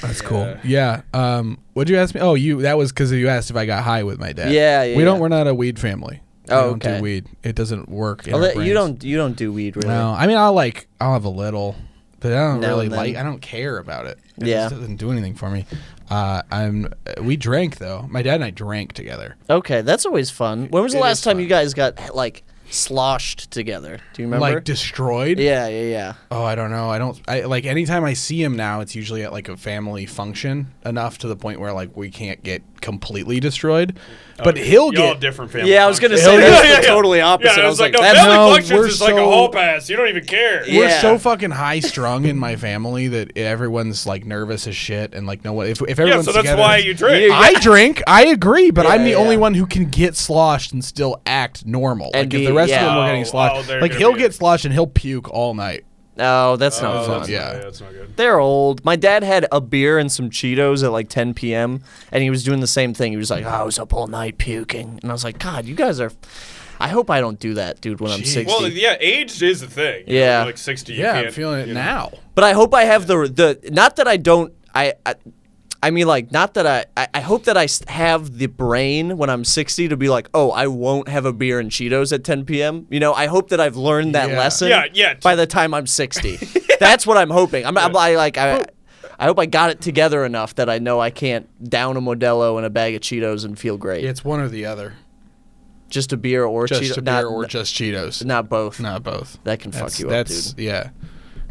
Speaker 3: That's cool. Yeah. Um. What'd you ask me? Oh, you. That was because you asked if I got high with my dad.
Speaker 2: Yeah, yeah,
Speaker 3: We don't.
Speaker 2: yeah.
Speaker 3: We're not a weed family. We
Speaker 2: Oh,
Speaker 3: don't
Speaker 2: okay.
Speaker 3: do weed. It doesn't work. In our
Speaker 2: Although you
Speaker 3: brains.
Speaker 2: don't. You don't do weed, really.
Speaker 3: No. I mean, I'll like. I'll have a little, but I don't
Speaker 2: Now
Speaker 3: really
Speaker 2: and then.
Speaker 3: like. I don't care about it. It
Speaker 2: Yeah.
Speaker 3: just doesn't do anything for me. Uh. I'm. We drank though. My dad and I drank together.
Speaker 2: Okay, that's always fun. When was the
Speaker 3: It
Speaker 2: last
Speaker 3: is
Speaker 2: time
Speaker 3: fun.
Speaker 2: you guys got like sloshed together? Do you remember?
Speaker 3: Like destroyed.
Speaker 2: yeah, yeah, yeah.
Speaker 3: Oh, I don't know. I don't I like anytime I see him now, it's usually at like a family function enough to the point where like we can't get completely destroyed. But he'll
Speaker 1: Y'all
Speaker 3: get
Speaker 1: different family.
Speaker 2: Yeah, I was gonna
Speaker 1: functions.
Speaker 2: say
Speaker 3: Yeah,
Speaker 2: that's
Speaker 1: yeah,
Speaker 2: the
Speaker 1: yeah.
Speaker 2: totally opposite.
Speaker 1: Yeah,
Speaker 2: I was like,
Speaker 1: no,
Speaker 2: that's
Speaker 1: family
Speaker 3: No,
Speaker 1: functions
Speaker 3: we're
Speaker 1: is like a
Speaker 3: so-
Speaker 1: hall pass. You don't even care.
Speaker 2: Yeah.
Speaker 3: we're so fucking high strung in my family that everyone's like nervous as shit and like no one if if
Speaker 1: Yeah,
Speaker 3: everyone's
Speaker 1: so that's
Speaker 3: together-
Speaker 1: why you drink.
Speaker 2: You-
Speaker 3: I drink. I agree, but I'm the
Speaker 2: yeah.
Speaker 3: only one who can get sloshed and still act normal.
Speaker 2: And
Speaker 3: like if
Speaker 2: be-
Speaker 3: the rest
Speaker 2: yeah.
Speaker 3: of them were getting
Speaker 1: Oh, oh,
Speaker 3: sloshed,
Speaker 1: they're
Speaker 3: like
Speaker 1: gonna
Speaker 3: he'll
Speaker 1: be-
Speaker 3: get sloshed and he'll puke all night.
Speaker 2: no, that's not
Speaker 1: Oh,
Speaker 2: fun.
Speaker 1: that's,
Speaker 3: Yeah.
Speaker 1: yeah, that's not good.
Speaker 2: They're old. My dad had a beer and some Cheetos at like 10 p.m. and he was doing the same thing. He was like, "Oh, I was up all night puking, and I was like, God, you guys are. I hope I don't do that, dude, when I'm 60.
Speaker 1: Well, yeah, aged is a thing. you know,
Speaker 2: Yeah.
Speaker 1: you're like sixty. you
Speaker 3: Yeah, I'm
Speaker 1: can't,
Speaker 3: feeling it
Speaker 1: you know.
Speaker 3: now.
Speaker 2: But I hope I have the the not that I don't I. I I mean, like, not that I, I. I hope that I s- have the brain when I'm 60 to be like, oh, I won't have a beer and Cheetos at 10 p.m. You know, I hope that I've learned that
Speaker 3: Yeah.
Speaker 2: lesson.
Speaker 1: Yeah, yeah.
Speaker 2: By the time I'm 60, that's what I'm hoping. I'm, I'm I, like, I, I hope I got it together enough that I know I can't down a Modelo and a bag of Cheetos and feel great.
Speaker 3: It's one or the other.
Speaker 2: just a beer or
Speaker 3: Just
Speaker 2: Cheetos,
Speaker 3: a beer
Speaker 2: not,
Speaker 3: or just Cheetos.
Speaker 2: not both.
Speaker 3: Not both.
Speaker 2: That can fuck
Speaker 3: That's-
Speaker 2: you up,
Speaker 3: that's,
Speaker 2: dude.
Speaker 3: Yeah.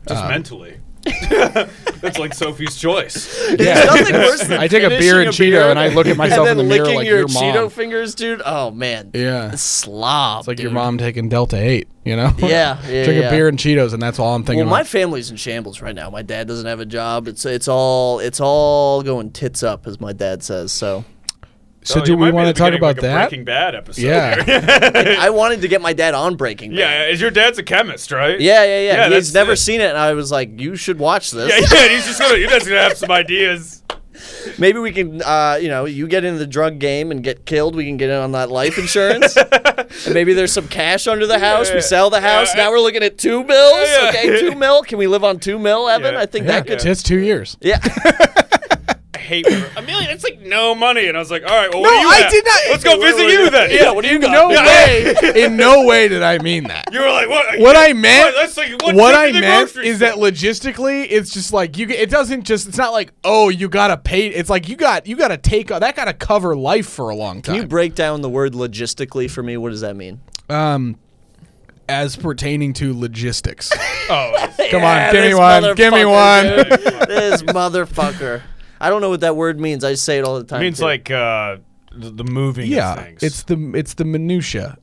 Speaker 3: Uh,
Speaker 1: Just mentally. that's like Sophie's choice.
Speaker 3: Yeah.
Speaker 2: There's nothing worse than
Speaker 3: I take a
Speaker 2: finishing
Speaker 3: beer and
Speaker 2: a
Speaker 3: Cheeto
Speaker 2: beer
Speaker 3: and I look at myself in
Speaker 2: and
Speaker 3: the
Speaker 2: then
Speaker 3: mirror
Speaker 2: licking
Speaker 3: like
Speaker 2: your,
Speaker 3: your mom.
Speaker 2: Cheeto fingers, dude. Oh man,
Speaker 3: Yeah.
Speaker 2: It's slob.
Speaker 3: It's like your
Speaker 2: dude.
Speaker 3: mom taking Delta 8, you know?
Speaker 2: Yeah, yeah,
Speaker 3: Drink
Speaker 2: yeah.
Speaker 3: a beer and Cheetos, and that's all I'm
Speaker 2: Well,
Speaker 3: thinking
Speaker 2: my
Speaker 3: about.
Speaker 2: family's in shambles right now. My dad doesn't have a job. It's it's all it's all going tits up, as my dad says. So
Speaker 3: So,
Speaker 1: Oh,
Speaker 3: do
Speaker 1: you
Speaker 3: we
Speaker 1: might be
Speaker 3: want
Speaker 1: at
Speaker 3: to
Speaker 1: the
Speaker 3: talk
Speaker 1: beginning of,
Speaker 3: about
Speaker 1: like, a
Speaker 3: that?
Speaker 1: Breaking Bad episode.
Speaker 3: Yeah.
Speaker 1: here.
Speaker 2: I wanted to get my dad on Breaking Bad.
Speaker 1: yeah. Is your dad's a chemist, right?
Speaker 2: yeah, yeah, yeah.
Speaker 1: that's
Speaker 2: He's never
Speaker 1: it.
Speaker 2: seen it, and I was like, "You should watch this.
Speaker 1: Yeah, yeah. He's just gonna. Your dad's gonna have some ideas.
Speaker 2: Maybe we can, uh, you know, you get into the drug game and get killed. We can get in on that life insurance. and maybe there's some cash under the house.
Speaker 1: yeah.
Speaker 2: We sell the house.
Speaker 1: Yeah, I-
Speaker 2: now we're looking at two bills.
Speaker 1: Yeah, yeah.
Speaker 2: Okay, two mil. Can we live on two mil, Evan?
Speaker 1: Yeah.
Speaker 2: I think
Speaker 3: yeah,
Speaker 2: that could.
Speaker 3: it's two years.
Speaker 2: Yeah.
Speaker 1: I hate when- a million. It's like no money, and I was like, all right. Well,
Speaker 3: No,
Speaker 1: what do you
Speaker 3: I
Speaker 1: have?
Speaker 3: did not-
Speaker 1: Let's go visit you then.
Speaker 2: yeah. What do you got?
Speaker 3: No
Speaker 1: Yeah.
Speaker 3: way. In no way did I mean that.
Speaker 1: You were like, what?
Speaker 3: What I meant,
Speaker 1: What, let's like, what,
Speaker 3: what, I meant is that logistically, it's just like you. g- It doesn't just. It's not like oh, you gotta pay. It's like you got you gotta take that gotta cover life for a long
Speaker 2: Can you
Speaker 3: time.
Speaker 2: break down the word logistically for me? What does that mean?
Speaker 3: um, as pertaining to logistics.
Speaker 1: Oh,
Speaker 3: Come
Speaker 2: Ah,
Speaker 3: on, give me one. Give me one.
Speaker 2: this motherfucker. I don't know what that word means. I say it all the time.
Speaker 1: it means
Speaker 2: too.
Speaker 1: like uh, the, the moving.
Speaker 3: Yeah,
Speaker 1: of things.
Speaker 3: it's the it's the minutia.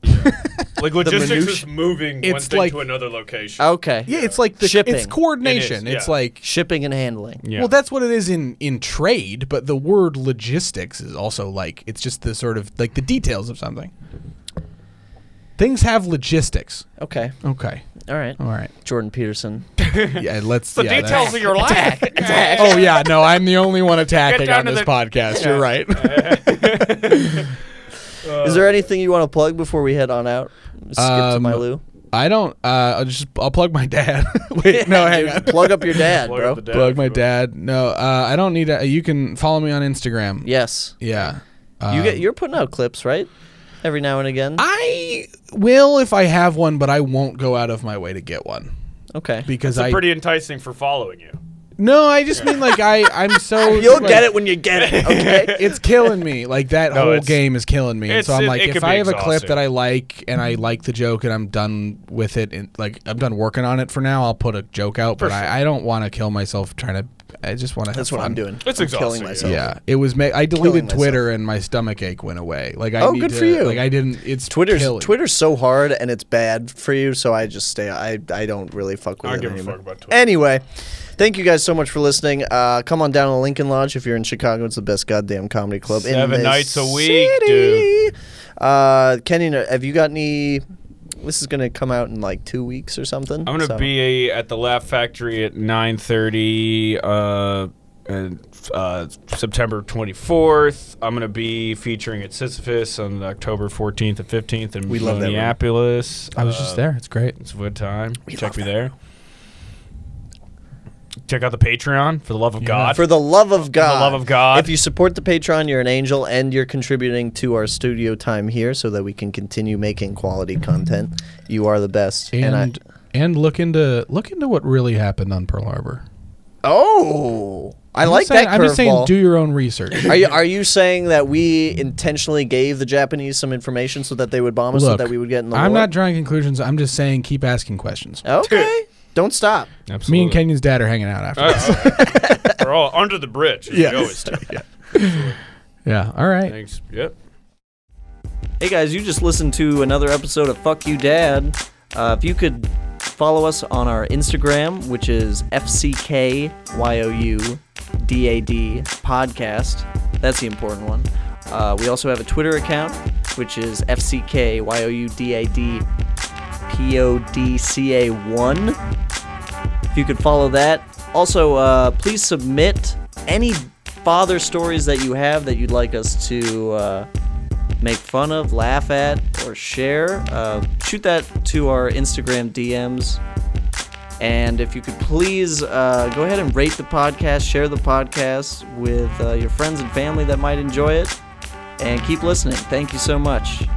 Speaker 1: like logistics is
Speaker 2: minutia-
Speaker 1: moving one
Speaker 3: It's
Speaker 1: thing
Speaker 3: like-
Speaker 1: to another location.
Speaker 2: okay,
Speaker 3: Yeah, it's like the
Speaker 2: Shipping.
Speaker 3: It's coordination.
Speaker 1: It is,
Speaker 3: It's
Speaker 1: yeah.
Speaker 3: like
Speaker 2: shipping and handling.
Speaker 1: Yeah.
Speaker 3: well, that's what it is in in trade. But the word logistics is also like it's just the sort of like the details of something. Things have logistics.
Speaker 2: Okay,
Speaker 3: Okay,
Speaker 2: all right.
Speaker 3: all right. Jordan.
Speaker 2: Peterson.
Speaker 3: Yeah, let's.
Speaker 1: the
Speaker 3: yeah,
Speaker 1: details of your life.
Speaker 3: that's- Oh yeah, no, I'm the only one attacking
Speaker 1: down
Speaker 3: on
Speaker 1: to
Speaker 3: this
Speaker 1: the-
Speaker 3: podcast. You're right.
Speaker 2: Is there anything you want to plug before we head on out? Skip to
Speaker 3: Um,
Speaker 2: my Lou.
Speaker 3: I don't. Uh, I'll just. I'll plug my dad. Wait, no, hang on.
Speaker 2: Plug up your dad,
Speaker 1: Plug
Speaker 2: bro.
Speaker 1: up the dad
Speaker 3: Plug
Speaker 1: if
Speaker 3: my
Speaker 1: you want.
Speaker 3: dad. No, uh, I don't need. A, you can follow me on Instagram.
Speaker 2: Yes.
Speaker 3: Yeah.
Speaker 2: you
Speaker 3: Um,
Speaker 2: get you're putting out clips, right? Every now and again.
Speaker 3: I will if I have one, but I won't go out of my way to get one
Speaker 2: okay.
Speaker 3: because
Speaker 1: It's
Speaker 3: I
Speaker 1: pretty enticing for following you.
Speaker 3: no. I just mean like I I'm so
Speaker 2: You'll
Speaker 3: like,
Speaker 2: get it when you get it, okay?
Speaker 3: It's killing me. Like that
Speaker 1: No,
Speaker 3: whole
Speaker 1: it's-
Speaker 3: game is killing me. And
Speaker 1: it's-
Speaker 3: so I'm
Speaker 1: it-
Speaker 3: like,
Speaker 1: it
Speaker 3: if
Speaker 1: can
Speaker 3: I
Speaker 1: be
Speaker 3: have a clip
Speaker 1: exhausting.
Speaker 3: that I like and I like the joke and I'm done with it and like I'm done working on it for now, I'll put a joke out. But
Speaker 1: sure.
Speaker 3: I, I don't want to kill myself trying to. I just want to.
Speaker 2: That's what I'm doing.
Speaker 1: It's
Speaker 2: I'm
Speaker 1: exhausting,
Speaker 2: killing
Speaker 1: yeah.
Speaker 2: myself.
Speaker 3: Yeah, it was. Ma-
Speaker 2: Killing
Speaker 3: I deleted
Speaker 2: myself.
Speaker 3: Twitter and my stomach ache went away. Like I
Speaker 2: Oh,
Speaker 3: need
Speaker 2: good
Speaker 3: to,
Speaker 2: for you.
Speaker 3: Like I didn't. It's
Speaker 2: Twitter's
Speaker 3: killing.
Speaker 2: Twitter's so hard and it's bad for you, so I just stay I I don't really fuck with
Speaker 1: I
Speaker 2: it
Speaker 1: don't give a
Speaker 2: anymore.
Speaker 1: fuck about Twitter.
Speaker 2: Anyway, Thank you guys so much for listening. Uh, come on down to Lincoln Lodge if you're in Chicago. It's the best goddamn comedy club in
Speaker 1: Seven
Speaker 2: the
Speaker 1: nights a week,
Speaker 2: city.
Speaker 1: dude.
Speaker 2: Uh, Kenny, have you got any? This is gonna come out in like two weeks or something.
Speaker 1: I'm gonna
Speaker 2: so-
Speaker 1: be at the Laugh Factory at 9:30, uh, and uh, September 24th. I'm gonna be featuring at Sisyphus on October 14th and 15th in
Speaker 2: We love that room.
Speaker 1: Minneapolis.
Speaker 4: I was
Speaker 1: Uh,
Speaker 4: just there. It's great.
Speaker 1: It's a good time.
Speaker 2: We
Speaker 1: Check
Speaker 2: love
Speaker 1: me
Speaker 2: that
Speaker 1: there. Check out the Patreon for the love of God.
Speaker 2: For the love of God.
Speaker 1: love of God.
Speaker 2: If you support the Patreon, you're an angel and you're contributing to our studio time here so that we can continue making quality content. You are the best.
Speaker 4: And
Speaker 2: I-
Speaker 4: and, look into look into what really happened on Pearl Harbor.
Speaker 2: Oh, I
Speaker 4: I'm
Speaker 2: like
Speaker 4: just saying,
Speaker 2: that
Speaker 4: I'm just saying,
Speaker 2: curveball.
Speaker 4: do your own research.
Speaker 2: are you are you saying that we intentionally gave the Japanese some information so that they would bomb us so
Speaker 4: Look,
Speaker 2: that we would get in the
Speaker 4: I'm
Speaker 2: war? Oh,
Speaker 4: not drawing conclusions. I'm just saying, keep asking questions.
Speaker 2: Okay. Don't stop.
Speaker 1: Absolutely.
Speaker 4: Me and Kenyon's dad are hanging out after. this.
Speaker 1: We're all under the bridge. as we
Speaker 4: Yes.
Speaker 1: always do.
Speaker 4: Yeah. All right.
Speaker 1: Thanks. Yep.
Speaker 2: Hey guys, you just listened to another episode of Fuck You Dad. Uh, if you could follow us on our Instagram, which is FCKYOUDAD podcast. That's the important one. Uh, we also have a Twitter account, which is FCKYOUDAD PODCA1 if you could follow that. Also, uh, please submit any father stories that you have that you'd like us to uh, make fun of, laugh at, or share. Uh, shoot that to our Instagram DMs. And if you could please uh, go ahead and rate the podcast, share the podcast with uh, your friends and family that might enjoy it, and keep listening. Thank you so much.